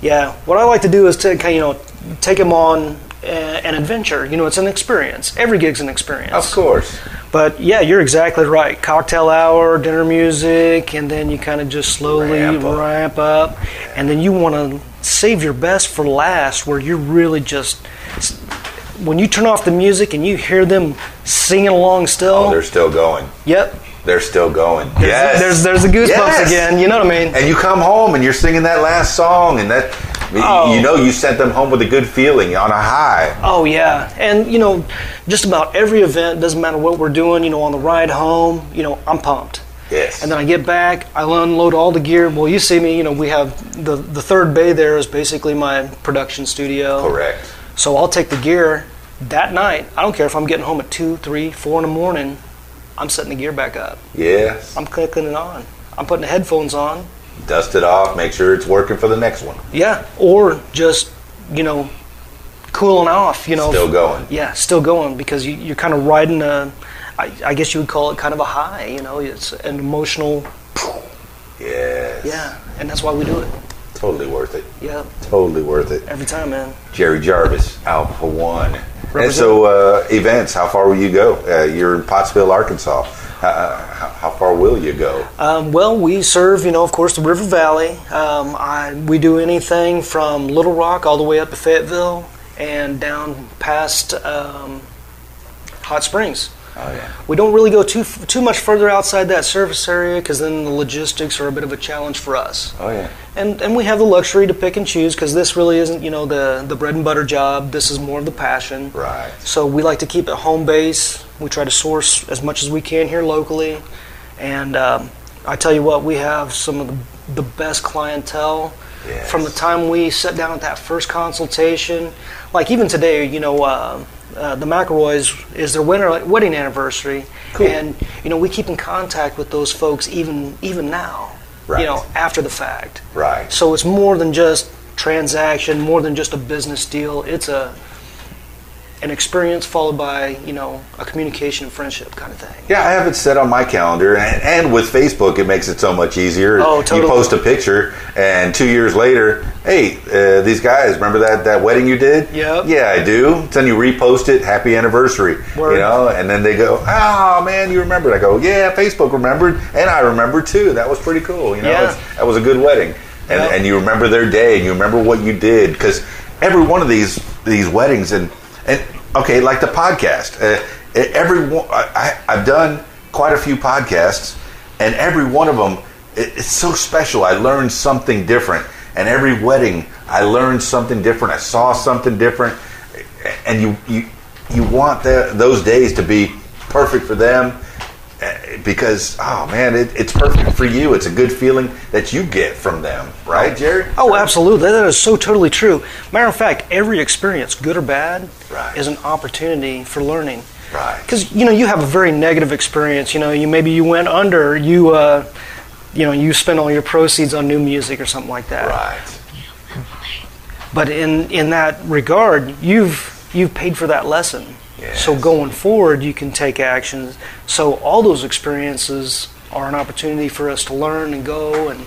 Speaker 5: Yeah, what I like to do is to kind of, you know take them on uh, an adventure. You know, it's an experience. Every gig's an experience.
Speaker 1: Of course.
Speaker 5: But yeah, you're exactly right. Cocktail hour, dinner music, and then you kind of just slowly
Speaker 1: Ramp
Speaker 5: ramp
Speaker 1: up.
Speaker 5: up, and then you want to save your best for last, where you're really just when you turn off the music and you hear them singing along
Speaker 1: Oh,
Speaker 5: still.
Speaker 1: they're still going.
Speaker 5: yep.
Speaker 1: They're still going.
Speaker 5: There's,
Speaker 1: yes.
Speaker 5: There's there's the goosebumps
Speaker 1: Yes.
Speaker 5: again. You know what I mean?
Speaker 1: And you come home and you're singing that last song, and that y-
Speaker 5: Oh.
Speaker 1: you know you sent them home with a good feeling on a high.
Speaker 5: Oh yeah, and you know, just about every event doesn't matter what we're doing. You know, on the ride home, you know, I'm pumped.
Speaker 1: Yes.
Speaker 5: And then I get back, I unload all the gear. Well, you see me. You know, we have the the third bay there is basically my production studio.
Speaker 1: Correct.
Speaker 5: So I'll take the gear that night. I don't care if I'm getting home at two, three, four in the morning. I'm setting the gear back up.
Speaker 1: Yes.
Speaker 5: I'm clicking it on. I'm putting the headphones on.
Speaker 1: Dust it off. Make sure it's working for the next one.
Speaker 5: Yeah. Or just you know, cooling off. You know,
Speaker 1: Still going.
Speaker 5: yeah, still going because you, you're kind of riding a, I, I guess you would call it kind of a high. You know, it's an emotional,
Speaker 1: Yes.
Speaker 5: yeah, and that's why we do it.
Speaker 1: Totally worth it.
Speaker 5: Yeah,
Speaker 1: Totally worth it.
Speaker 5: every time, man.
Speaker 1: Jerry Jarvis, Alpha One. And so, uh, events. How far will you go? Uh, you're in Pottsville, Arkansas. Uh, how, how far will you go?
Speaker 5: Um, well, we serve, you know, of course, the River Valley. Um, I, we do anything from Little Rock all the way up to Fayetteville and down past um, Hot Springs.
Speaker 1: Oh yeah.
Speaker 5: We don't really go too f- too much further outside that service area because then the logistics are a bit of a challenge for us.
Speaker 1: Oh yeah.
Speaker 5: and and we have the luxury to pick and choose because this really isn't you know the the bread and butter job this is more of the passion
Speaker 1: Right.
Speaker 5: so we like to keep it home base we try to source as much as we can here locally and um, i tell you what we have some of the, the best clientele
Speaker 1: Yes.
Speaker 5: from the time we sat down at that first consultation like even today you know uh, uh, the McElroys is their winter, wedding anniversary, and you know we keep in contact with those folks even even now.
Speaker 1: Right.
Speaker 5: You know after the fact.
Speaker 1: Right.
Speaker 5: So it's more than just transaction, more than just a business deal. It's a an experience followed by you know a communication and friendship kind of thing.
Speaker 1: Yeah, I have it set on my calendar, and, and with Facebook, it makes it so much easier.
Speaker 5: Oh, totally.
Speaker 1: You post a picture, and two years later, hey, uh, these guys, remember that, that wedding you did?
Speaker 5: Yep.
Speaker 1: Yeah, I do. Then you repost it, happy anniversary.
Speaker 5: Word.
Speaker 1: You know, and then they go, oh man, you remembered. I go, yeah, Facebook remembered, and I remember too. That was pretty cool. You know,
Speaker 5: Yeah.
Speaker 1: It's- that was a good wedding, and
Speaker 5: Yep.
Speaker 1: and you remember their day, and you remember what you did because every one of these these weddings and and okay, like the podcast, uh, every one I, I, I've done quite a few podcasts, and every one of them it, it's so special. I learned something different, and every wedding I learned something different. I saw something different, and you you you want the, those days to be perfect for them eh, because oh man it, it's perfect for you it's a good feeling that you get from them right jerry
Speaker 5: Oh, absolutely. That is so totally true. Matter of fact, every experience, good or bad,
Speaker 1: Right.
Speaker 5: is an opportunity for learning.
Speaker 1: Right.
Speaker 5: Because you know you have a very negative experience. You know, you maybe you went under. You, uh, you know, you spent all your proceeds on new music or something like that.
Speaker 1: right
Speaker 5: But in in that regard, you've you've paid for that lesson.
Speaker 1: Yes.
Speaker 5: So going forward, you can take actions. So all those experiences are an opportunity for us to learn and go and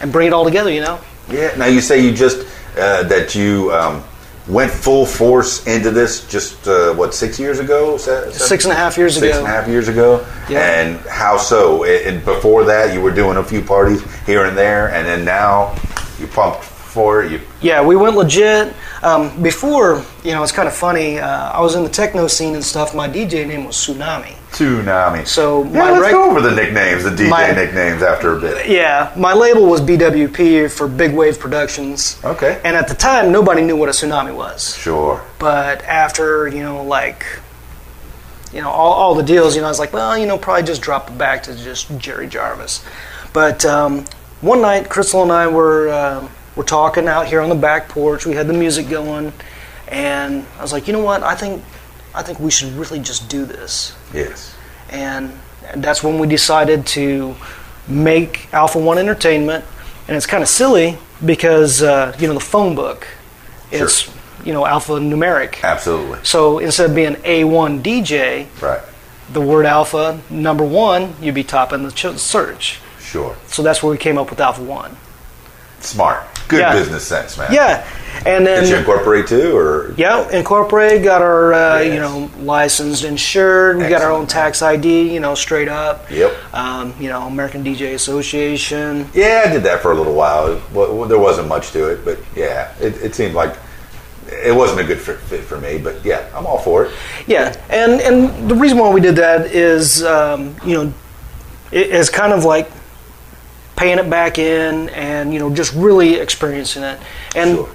Speaker 5: and bring it all together. You know.
Speaker 1: yeah now you say you just uh, that you um, went full force into this just uh, what six years ago Se-
Speaker 5: Six and a half years
Speaker 1: six
Speaker 5: ago.
Speaker 1: and a half years ago
Speaker 5: Yeah.
Speaker 1: and how so it, it- before that you were doing a few parties here and there and then now you pumped for it you
Speaker 5: Yeah, we went legit. Um, before, you know, it's kind of funny. Uh, I was in the techno scene and stuff. My DJ name was Tsunami.
Speaker 1: tsunami
Speaker 5: So
Speaker 1: yeah,
Speaker 5: my
Speaker 1: let's
Speaker 5: rec-
Speaker 1: go over the nicknames the dj
Speaker 5: My-
Speaker 1: nicknames after a bit
Speaker 5: Yeah, my label was BWP for Big Wave Productions.
Speaker 1: Okay.
Speaker 5: And at the time, nobody knew what a tsunami was.
Speaker 1: sure
Speaker 5: But after, you know, like, you know, all, all the deals, you know, I was like, well, you know, probably just drop it back to just Jerry Jarvis. But um, one night, Crystal and I were uh, were talking out here on the back porch. We had the music going, and I was like, you know what? I think I think we should really just do this.
Speaker 1: yes
Speaker 5: And that's when we decided to make Alpha One Entertainment. And it's kind of silly because uh, you know the phone book, it's you know alphanumeric.
Speaker 1: absolutely
Speaker 5: So instead of being A1 DJ,
Speaker 1: right
Speaker 5: the word alpha number one, you'd be topping the ch- search.
Speaker 1: sure
Speaker 5: So that's where we came up with Alpha One.
Speaker 1: Smart. Good
Speaker 5: Yeah.
Speaker 1: business sense, man.
Speaker 5: Yeah, and
Speaker 1: Did you
Speaker 5: then
Speaker 1: incorporate too, or
Speaker 5: yeah, incorporate got our uh,
Speaker 1: Yes.
Speaker 5: you know licensed, insured. We got our own
Speaker 1: Excellent.
Speaker 5: tax ID, you know, straight up.
Speaker 1: Yep.
Speaker 5: Um, you know, American DJ Association.
Speaker 1: Yeah, I did that for a little while. It- well, well, there wasn't much to it, but yeah, it, it seemed like it wasn't a good fit, fit for me. But yeah, I'm all for it.
Speaker 5: Yeah, and and the reason why we did that is um, you know it is kind of like paying it back in and you know just really experiencing it and
Speaker 1: Sure.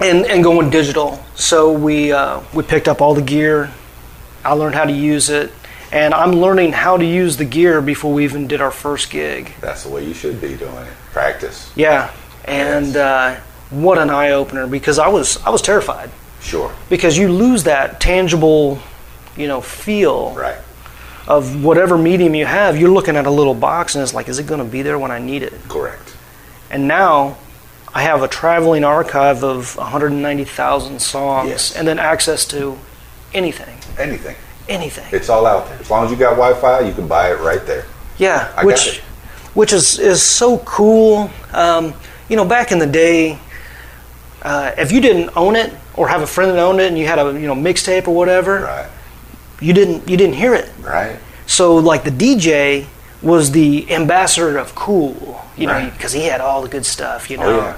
Speaker 5: and and going digital. So we uh, we picked up all the gear. I learned how to use it, and I'm learning how to use the gear before we even did our first gig.
Speaker 1: That's the way you should be doing it. Practice.
Speaker 5: Yeah, and uh, what an eye opener because I was I was terrified
Speaker 1: Sure.
Speaker 5: because you lose that tangible, you know, feel
Speaker 1: Right.
Speaker 5: of whatever medium you have. You're looking at a little box and it's like, is it going to be there when I need it?
Speaker 1: Correct.
Speaker 5: And now I have a traveling archive of 190,000 songs
Speaker 1: Yes.
Speaker 5: and then access to anything,
Speaker 1: Anything.
Speaker 5: anything.
Speaker 1: It's all out there. As long as you got Wi-Fi, you can buy it right there.
Speaker 5: yeah,
Speaker 1: I got
Speaker 5: which
Speaker 1: it.
Speaker 5: which is is so cool. Um, you know, back in the day, uh, if you didn't own it or have a friend that owned it and you had a you know mixtape or whatever,
Speaker 1: Right.
Speaker 5: you didn't you didn't hear it.
Speaker 1: Right.
Speaker 5: So like the DJ was the ambassador of cool, you know,
Speaker 1: Right.
Speaker 5: because he had all the good stuff, you know.
Speaker 1: Oh, yeah.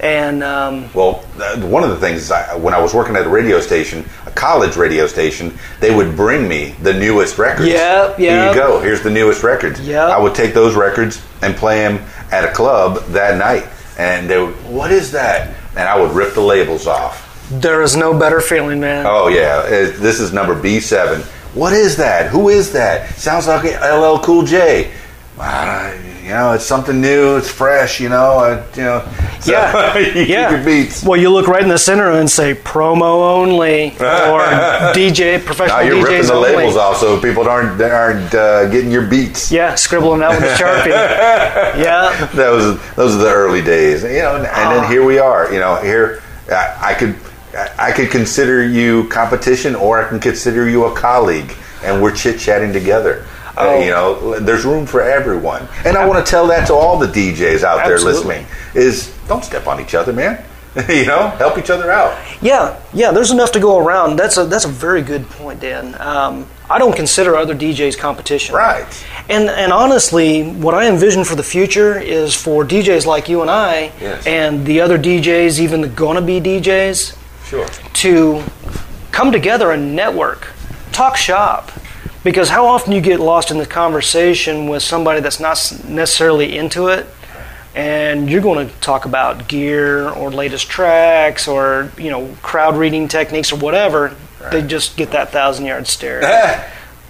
Speaker 5: And um,
Speaker 1: Well, th- one of the things is I, when I was working at a radio station, a college radio station, they would bring me the newest records.
Speaker 5: Yep,
Speaker 1: Here
Speaker 5: yep.
Speaker 1: you go. Here's the newest records.
Speaker 5: Yep.
Speaker 1: I would take those records and play them at a club that night, and they would, what is that? And I would rip the labels off.
Speaker 5: there is no better feeling, man.
Speaker 1: Oh yeah, Uh, this is number B seven. What is that? Who is that? Sounds like LL Cool J. Uh, you know, it's something new. It's fresh. You know, uh, you know. So
Speaker 5: Yeah,
Speaker 1: [laughs] you keep
Speaker 5: yeah.
Speaker 1: your beats.
Speaker 5: Well, you look right in the center and say promo only
Speaker 1: [laughs]
Speaker 5: or DJ
Speaker 1: Now
Speaker 5: professional
Speaker 1: you're
Speaker 5: DJs
Speaker 1: ripping the
Speaker 5: only.
Speaker 1: labels off so people aren't they aren't uh, getting your beats. [laughs]
Speaker 5: Yeah, scribbling out with a sharpie. yeah, Ah.
Speaker 1: That was those are the early days, you know. And, and then here we are, you know. Here I, I could I I could consider you competition, or I can consider you a colleague, and we're chit chatting together. Uh,
Speaker 5: Oh.
Speaker 1: you know, there's room for everyone, and I want to tell that to all the DJs out there
Speaker 5: Absolutely.
Speaker 1: listening: is don't step on each other, man. [laughs] you know, help each other out.
Speaker 5: Yeah, yeah. There's enough to go around. That's a that's a very good point, Dan. Um, I don't consider other DJs competition.
Speaker 1: Right.
Speaker 5: And and honestly, what I envision for the future is for DJs like you and I,
Speaker 1: Yes.
Speaker 5: and the other DJs, even the gonna be DJs,
Speaker 1: Sure.
Speaker 5: to come together and network, talk shop. Because how often you get lost in the conversation with somebody that's not s- necessarily into it, and you're going to talk about gear or latest tracks or you know crowd reading techniques or whatever. They just get that thousand yard
Speaker 1: [laughs]
Speaker 5: stare.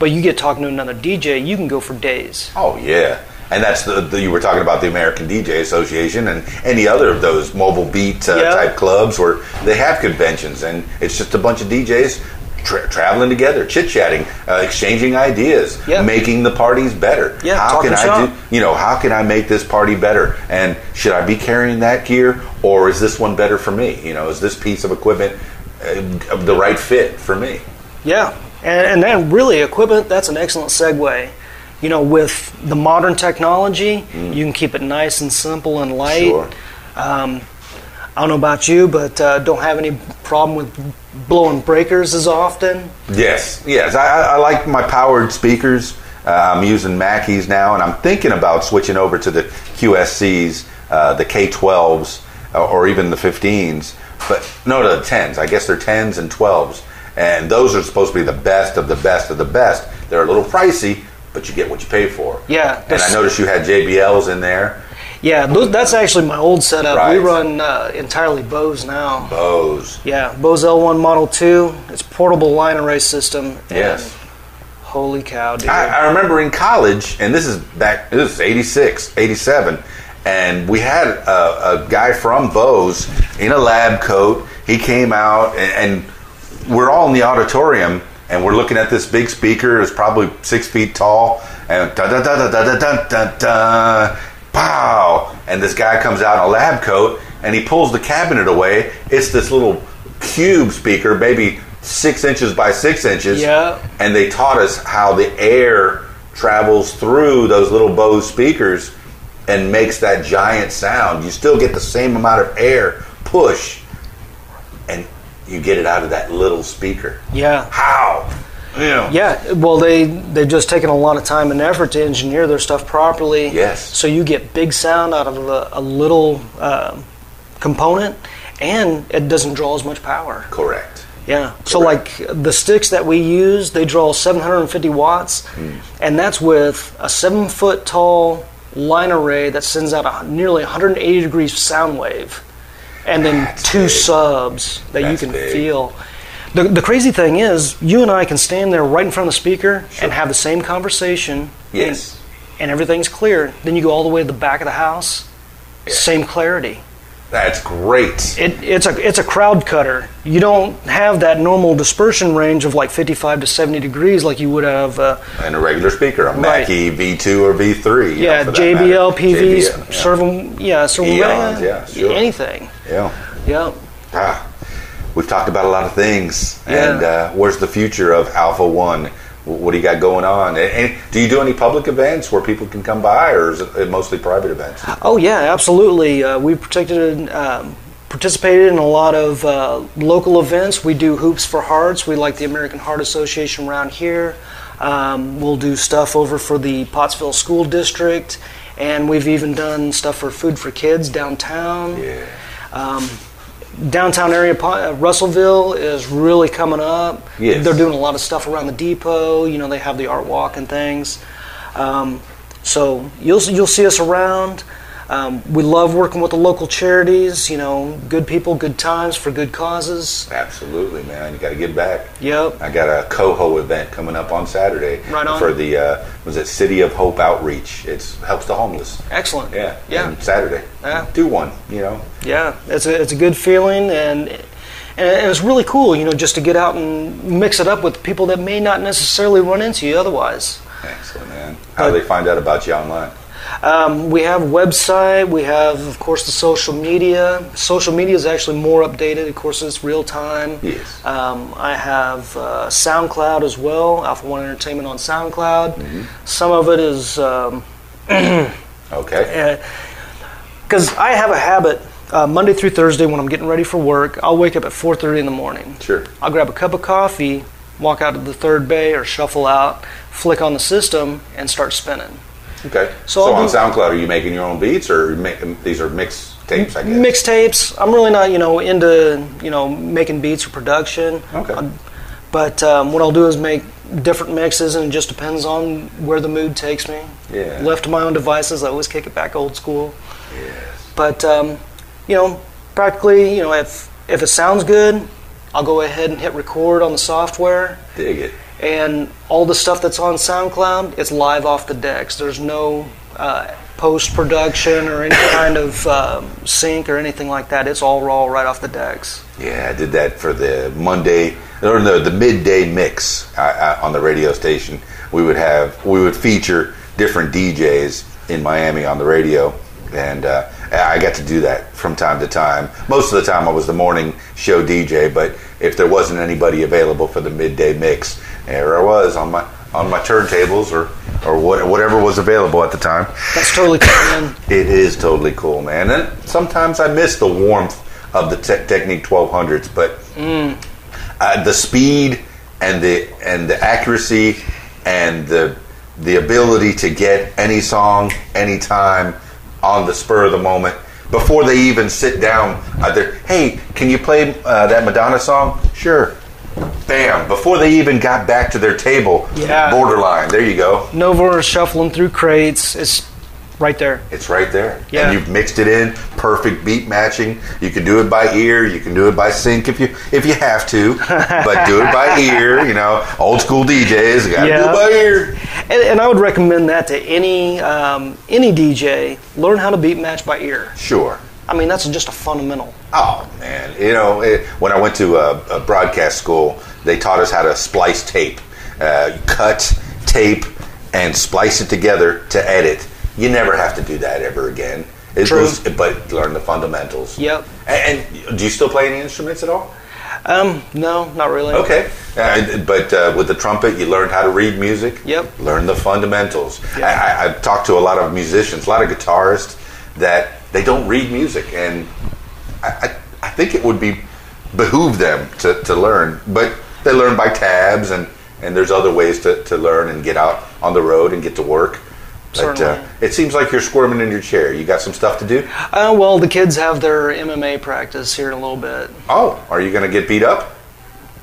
Speaker 5: but you get talking to another DJ, you can go for days.
Speaker 1: Oh yeah, and that's the, the you were talking about the American DJ Association and any other of those mobile beat uh,
Speaker 5: Yeah.
Speaker 1: type clubs where they have conventions and it's just a bunch of DJs tra- traveling together, chit chatting, uh, exchanging ideas,
Speaker 5: Yeah.
Speaker 1: making the parties better.
Speaker 5: Yeah,
Speaker 1: how
Speaker 5: talking
Speaker 1: can I
Speaker 5: shop.
Speaker 1: do? You know, how can I make this party better? And should I be carrying that gear, or is this one better for me? You know, is this piece of equipment uh, of the right fit for me?
Speaker 5: Yeah, and, and then really equipment, that's an excellent segue. You know, with the modern technology, you can keep it nice and simple and light.
Speaker 1: Sure.
Speaker 5: Um, I don't know about you, but uh, don't have any problem with blowing breakers as often.
Speaker 1: Yes, yes. I, I- I like my powered speakers. Uh, I'm using Mackeys now, and I'm thinking about switching over to the QSCs, uh, the K12s, uh, or even the 15s. But no, the 10s. I guess they're 10s and 12s, and those are supposed to be the best of the best of the best. They're a little pricey, but you get what you pay for.
Speaker 5: Yeah,
Speaker 1: And I
Speaker 5: that's-
Speaker 1: noticed you had JBLs in there.
Speaker 5: Yeah, those, that's actually my old setup.
Speaker 1: Right.
Speaker 5: We run uh, entirely Bose now.
Speaker 1: Bose.
Speaker 5: Yeah, Bose L1 Model 2. It's portable line array system. and
Speaker 1: Yes.
Speaker 5: Holy cow, dude.
Speaker 1: I, I remember in college, and this is back, this is 86, 87, and we had a, a guy from Bose in a lab coat. He came out, and, and we're all in the auditorium, and we're looking at this big speaker. It's probably six feet tall, and da da da da da da da da, pow! And this guy comes out in a lab coat, and he pulls the cabinet away. It's this little cube speaker, maybe six inches by six inches
Speaker 5: Yeah.
Speaker 1: and they taught us how the air travels through those little Bose speakers and makes that giant sound. You still get the same amount of air push, and you get it out of that little speaker.
Speaker 5: yeah.
Speaker 1: How? Yeah.
Speaker 5: Yeah, well, they they've just taken a lot of time and effort to engineer their stuff properly.
Speaker 1: Yes.
Speaker 5: So you get big sound out of a, a little um component, and it doesn't draw as much power.
Speaker 1: Correct.
Speaker 5: Yeah. So like the sticks that we use, they draw 750 watts,
Speaker 1: Hmm.
Speaker 5: and that's with a seven foot tall line array that sends out a, nearly 180 degrees sound wave, and then
Speaker 1: That's
Speaker 5: two
Speaker 1: big.
Speaker 5: subs that
Speaker 1: That's
Speaker 5: you can
Speaker 1: big.
Speaker 5: feel. The, the crazy thing is, you and I can stand there right in front of the speaker and have the same conversation.
Speaker 1: Yes.
Speaker 5: And, and everything's clear. Then you go all the way to the back of the house, same clarity
Speaker 1: That's great.
Speaker 5: it, it's a it's a crowd cutter. You don't have that normal dispersion range of like 55 to 70 degrees like you would have. Uh,
Speaker 1: And a regular speaker, a
Speaker 5: Right.
Speaker 1: Mackie V2 or V3. you know,
Speaker 5: yeah,
Speaker 1: for that
Speaker 5: JBL,
Speaker 1: matter.
Speaker 5: PVs,
Speaker 1: JBL, yeah.
Speaker 5: servum, yeah, servum,
Speaker 1: Eons, yeah, sure.
Speaker 5: anything.
Speaker 1: yeah.
Speaker 5: Yeah,
Speaker 1: Ah, we've talked about a lot of things,
Speaker 5: Yeah.
Speaker 1: and uh, where's the future of Alpha One? Wh- What do you got going on? And, and do you do any public events where people can come by, or is it uh, mostly private events?
Speaker 5: Oh yeah, absolutely. Uh, we protected. Um, Participated in a lot of uh, local events. We do hoops for hearts. We like the American Heart Association around here. Um, we'll do stuff over for the Pottsville School District, and we've even done stuff for Food for Kids downtown.
Speaker 1: Yeah.
Speaker 5: Um, downtown area, Po- uh, Russellville is really coming up.
Speaker 1: Yes.
Speaker 5: They're doing a lot of stuff around the depot. You know, they have the art walk and things. Um, so you'll you'll see us around. Um, we love working with the local charities. You know, good people, good times for good causes.
Speaker 1: Absolutely, man. You got to get back.
Speaker 5: Yep.
Speaker 1: I got a coho event coming up on Saturday
Speaker 5: Right on.
Speaker 1: for the uh, was it City of Hope Outreach. It helps the homeless.
Speaker 5: Excellent.
Speaker 1: Yeah,
Speaker 5: Yeah.
Speaker 1: and Saturday.
Speaker 5: Yeah.
Speaker 1: Do one. You know.
Speaker 5: Yeah. It's a it's a good feeling and. And it's really cool, you know, just to get out and mix it up with people that may not necessarily run into you otherwise.
Speaker 1: Excellent, man. How do they find out about you online?
Speaker 5: Um, we have website. We have, of course, the social media. Social media is actually more updated. Of course, it's real time.
Speaker 1: Yes.
Speaker 5: Um, I have uh, SoundCloud as well. Alpha One Entertainment on SoundCloud.
Speaker 1: Mm-hmm.
Speaker 5: Some of it is. Um,
Speaker 1: Okay.
Speaker 5: because I have a habit uh, Monday through Thursday when I'm getting ready for work, I'll wake up at 4:30 in the morning.
Speaker 1: Sure.
Speaker 5: I'll grab a cup of coffee, walk out to the third bay or shuffle out, flick on the system, and start spinning.
Speaker 1: Okay.
Speaker 5: So
Speaker 1: So,
Speaker 5: I'll
Speaker 1: on
Speaker 5: do-
Speaker 1: SoundCloud, are you making your own beats or ma- these are mixed tapes? I guess.
Speaker 5: Mixtapes. I'm really not you know into you know making beats or production.
Speaker 1: Okay.
Speaker 5: I'm- but um, what I'll do is make different mixes, and it just depends on where the mood takes me.
Speaker 1: Yeah.
Speaker 5: Left to my own devices, I always kick it back old school.
Speaker 1: Yes.
Speaker 5: But um, you know, practically, you know, if if it sounds good, I'll go ahead and hit record on the software,
Speaker 1: Dig it.
Speaker 5: and all the stuff that's on SoundCloud, it's live off the decks. There's no uh, post production or any [coughs] kind of um, sync or anything like that. It's all raw right off the decks.
Speaker 1: Yeah, I did that for the Monday or the, the midday mix I, I, on the radio station. We would have we would feature different DJs in Miami on the radio, and uh, I got to do that from time to time. Most of the time, I was the morning show DJ, but if there wasn't anybody available for the midday mix, there I was on my on my turntables or or what, whatever was available at the time.
Speaker 5: That's totally cool, man.
Speaker 1: It is totally cool, man. And sometimes I miss the warmth of the Te- Technique 1200s, but uh, the speed and the and the accuracy and the the ability to get any song anytime on the spur of the moment before they even sit down. Uh, they're, hey, can you play uh, that Madonna song? Sure. Bam! Before they even got back to their table,
Speaker 5: Yeah.
Speaker 1: borderline. There you go.
Speaker 5: Nova is shuffling through crates. It's right there.
Speaker 1: It's right there.
Speaker 5: Yeah.
Speaker 1: And you've mixed it in, perfect beat matching. You can do it by ear, you can do it by sync if you if you have
Speaker 5: [laughs]
Speaker 1: to, but do it by ear, you know. Old school DJs, you gotta do
Speaker 5: Yeah.
Speaker 1: it by ear.
Speaker 5: And, and I would recommend that to any um, any DJ. Learn how to beat match by ear.
Speaker 1: Sure.
Speaker 5: I mean, that's just a fundamental.
Speaker 1: Oh man, you know it, when I went to a, a broadcast school, they taught us how to splice tape, uh, cut tape, and splice it together to edit. You never have to do that ever again. It
Speaker 5: True.
Speaker 1: was- but learn the fundamentals.
Speaker 5: Yep.
Speaker 1: And, and do you still play any instruments at all?
Speaker 5: Um, no, not really.
Speaker 1: Okay, uh, but uh, with the trumpet, you learned how to read music.
Speaker 5: Yep.
Speaker 1: Learn the fundamentals.
Speaker 5: Yeah.
Speaker 1: I, I, I've talked to a lot of musicians, a lot of guitarists, that they don't read music, and I, I, I think it would be behoove them to, to learn, but they learn by tabs, and, and there's other ways to, to learn and get out on the road and get to work. But
Speaker 5: Certainly.
Speaker 1: uh, it seems like you're squirming in your chair. You got some stuff to do.
Speaker 5: Uh, well, the kids have their MMA practice here in a little bit.
Speaker 1: Oh, are you going to get beat up?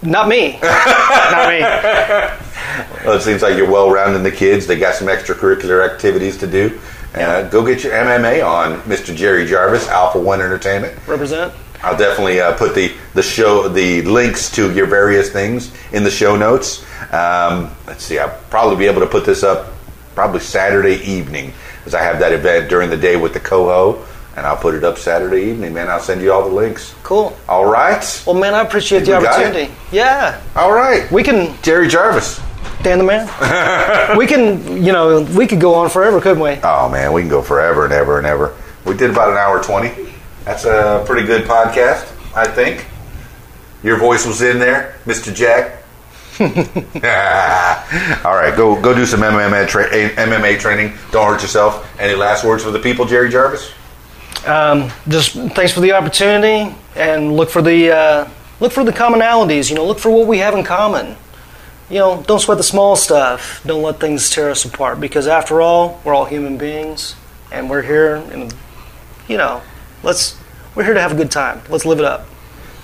Speaker 5: Not me. Not me.
Speaker 1: Well, it seems like you're well rounding the kids. They got some extracurricular activities to do. Uh, go get your MMA on, Mr. Jerry Jarvis, Alpha One Entertainment.
Speaker 5: Represent.
Speaker 1: I'll definitely uh, put the, the show the links to your various things in the show notes. Um, let's see, I'll probably be able to put this up probably Saturday evening because I have that event during the day with the coho, and I'll put it up Saturday evening. Man, I'll send you all the links.
Speaker 5: Cool.
Speaker 1: All right,
Speaker 5: Well, man, I appreciate the
Speaker 1: You got it.
Speaker 5: opportunity. Yeah,
Speaker 1: all right.
Speaker 5: we can.
Speaker 1: Jerry Jarvis.
Speaker 5: Dan the man.
Speaker 1: [laughs]
Speaker 5: we can. You know, we could go on forever, couldn't we?
Speaker 1: Oh man, we can go forever and ever and ever. We did about an hour twenty. That's a pretty good podcast, I think. Your voice was in there, Mr. Jack. [laughs] All right, go go do some MMA, tra- MMA training. Don't hurt yourself. Any last words for the people, Jerry Jarvis?
Speaker 5: Um, just thanks for the opportunity, and look for the uh, look for the commonalities. You know, look for what we have in common. You know, don't sweat the small stuff. Don't let things tear us apart, because after all, we're all human beings, and we're here. And you know, let's we're here to have a good time. Let's live it up.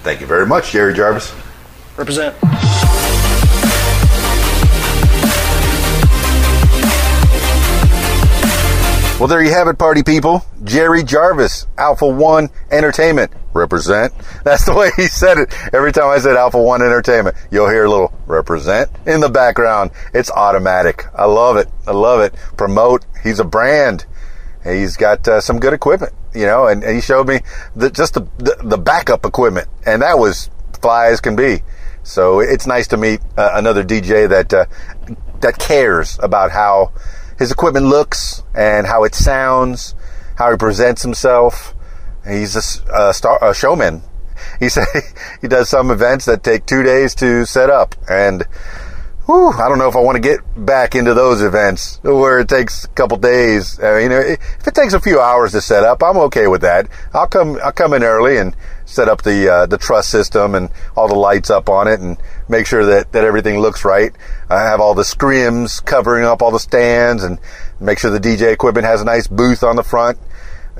Speaker 1: Thank you very much, Jerry Jarvis.
Speaker 5: Represent.
Speaker 1: Well, there you have it, party people. Jerry Jarvis, Alpha One Entertainment, represent. That's the way he said it. Every time I said Alpha One Entertainment, you'll hear a little represent in the background. It's automatic. I love it. I love it. Promote. He's a brand. He's got uh, some good equipment, you know, and, and he showed me the, just the, the, the backup equipment, and that was fly as can be. So it's nice to meet uh, another DJ that uh, that cares about how his equipment looks and how it sounds, how he presents himself. He's a, s- a star, a showman. He [laughs] said he does some events that take two days to set up, and whew, I don't know if I want to get back into those events where it takes a couple days. I mean, if it takes a few hours to set up, I'm okay with that. I'll come, I'll come in early and set up the uh, the truss system and all the lights up on it and make sure that that everything looks right. I have all the scrims covering up all the stands and make sure the DJ equipment has a nice booth on the front.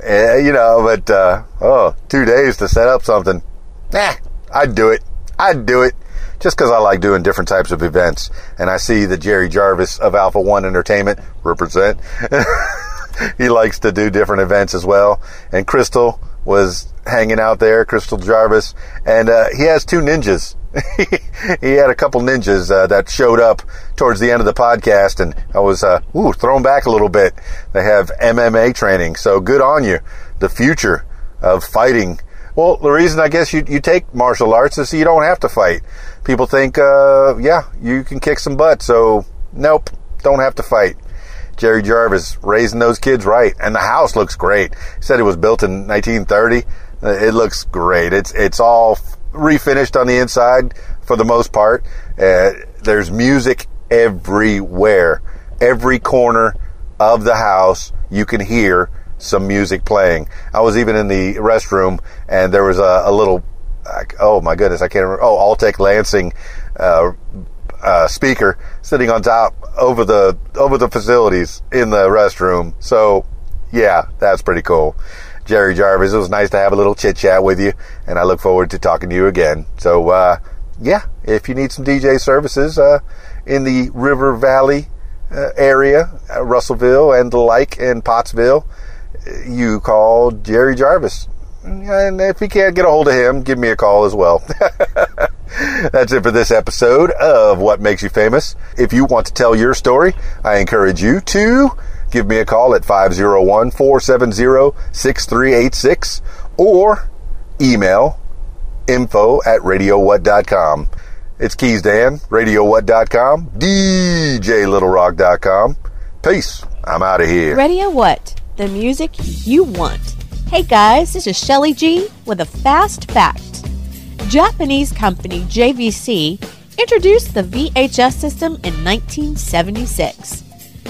Speaker 1: Eh, you know, but uh, oh, two days to set up something. Nah, I'd do it. I'd do it just because I like doing different types of events. And I see the Jerry Jarvis of Alpha One Entertainment represent. [laughs] he likes to do different events as well. And Crystal was hanging out there, Crystal Jarvis, and uh, he has two ninjas. [laughs] he had a couple ninjas uh, that showed up towards the end of the podcast, and I was uh, ooh thrown back a little bit. They have MMA training, so good on you. The future of fighting well, the reason I guess you, you take martial arts is so you don't have to fight. People think, uh, yeah, you can kick some butt, so nope, don't have to fight. Jerry Jarvis raising those kids right, and the house looks great. He said it was built in 1930. Uh, It looks great. It's it's all f- refinished on the inside for the most part. Uh, there's music everywhere, every corner of the house, you can hear some music playing. I was even in the restroom, and there was a, a little, like, oh my goodness, I can't remember. Oh, Alltech Lansing uh, uh, speaker sitting on top over the over the facilities in the restroom. So, yeah, that's pretty cool. Jerry Jarvis, it was nice to have a little chit chat with you, and I look forward to talking to you again. So, uh, yeah, if you need some DJ services uh, in the River Valley uh, area, uh, Russellville and the like, and Pottsville, uh, you call Jerry Jarvis. And if you can't get a hold of him, give me a call as well. [laughs] That's it for this episode of What Makes You Famous. If you want to tell your story, I encourage you to give me a call at 501 470 6386 or email info at radiowhat.com. It's Keys Dan, radiowhat.com, djlittlerock.com. Peace. I'm out of here.
Speaker 6: Radio What? The music you want. Hey guys, this is Shelly G with a fast fact. Japanese company JVC introduced the VHS system in 1976.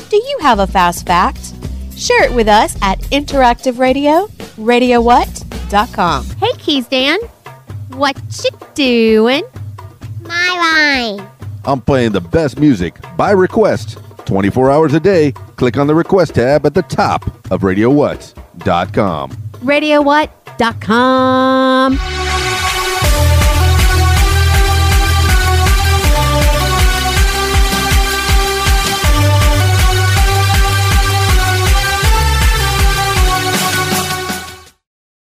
Speaker 6: Do you have a fast fact? Share it with us at Interactive Radio, radiowhat.com.
Speaker 7: Hey, Keys Dan. What you doing?
Speaker 4: My line.
Speaker 8: I'm playing the best music by request 24 hours a day. Click on the request tab at the top of RadioWhat.com.
Speaker 7: RadioWhat.com.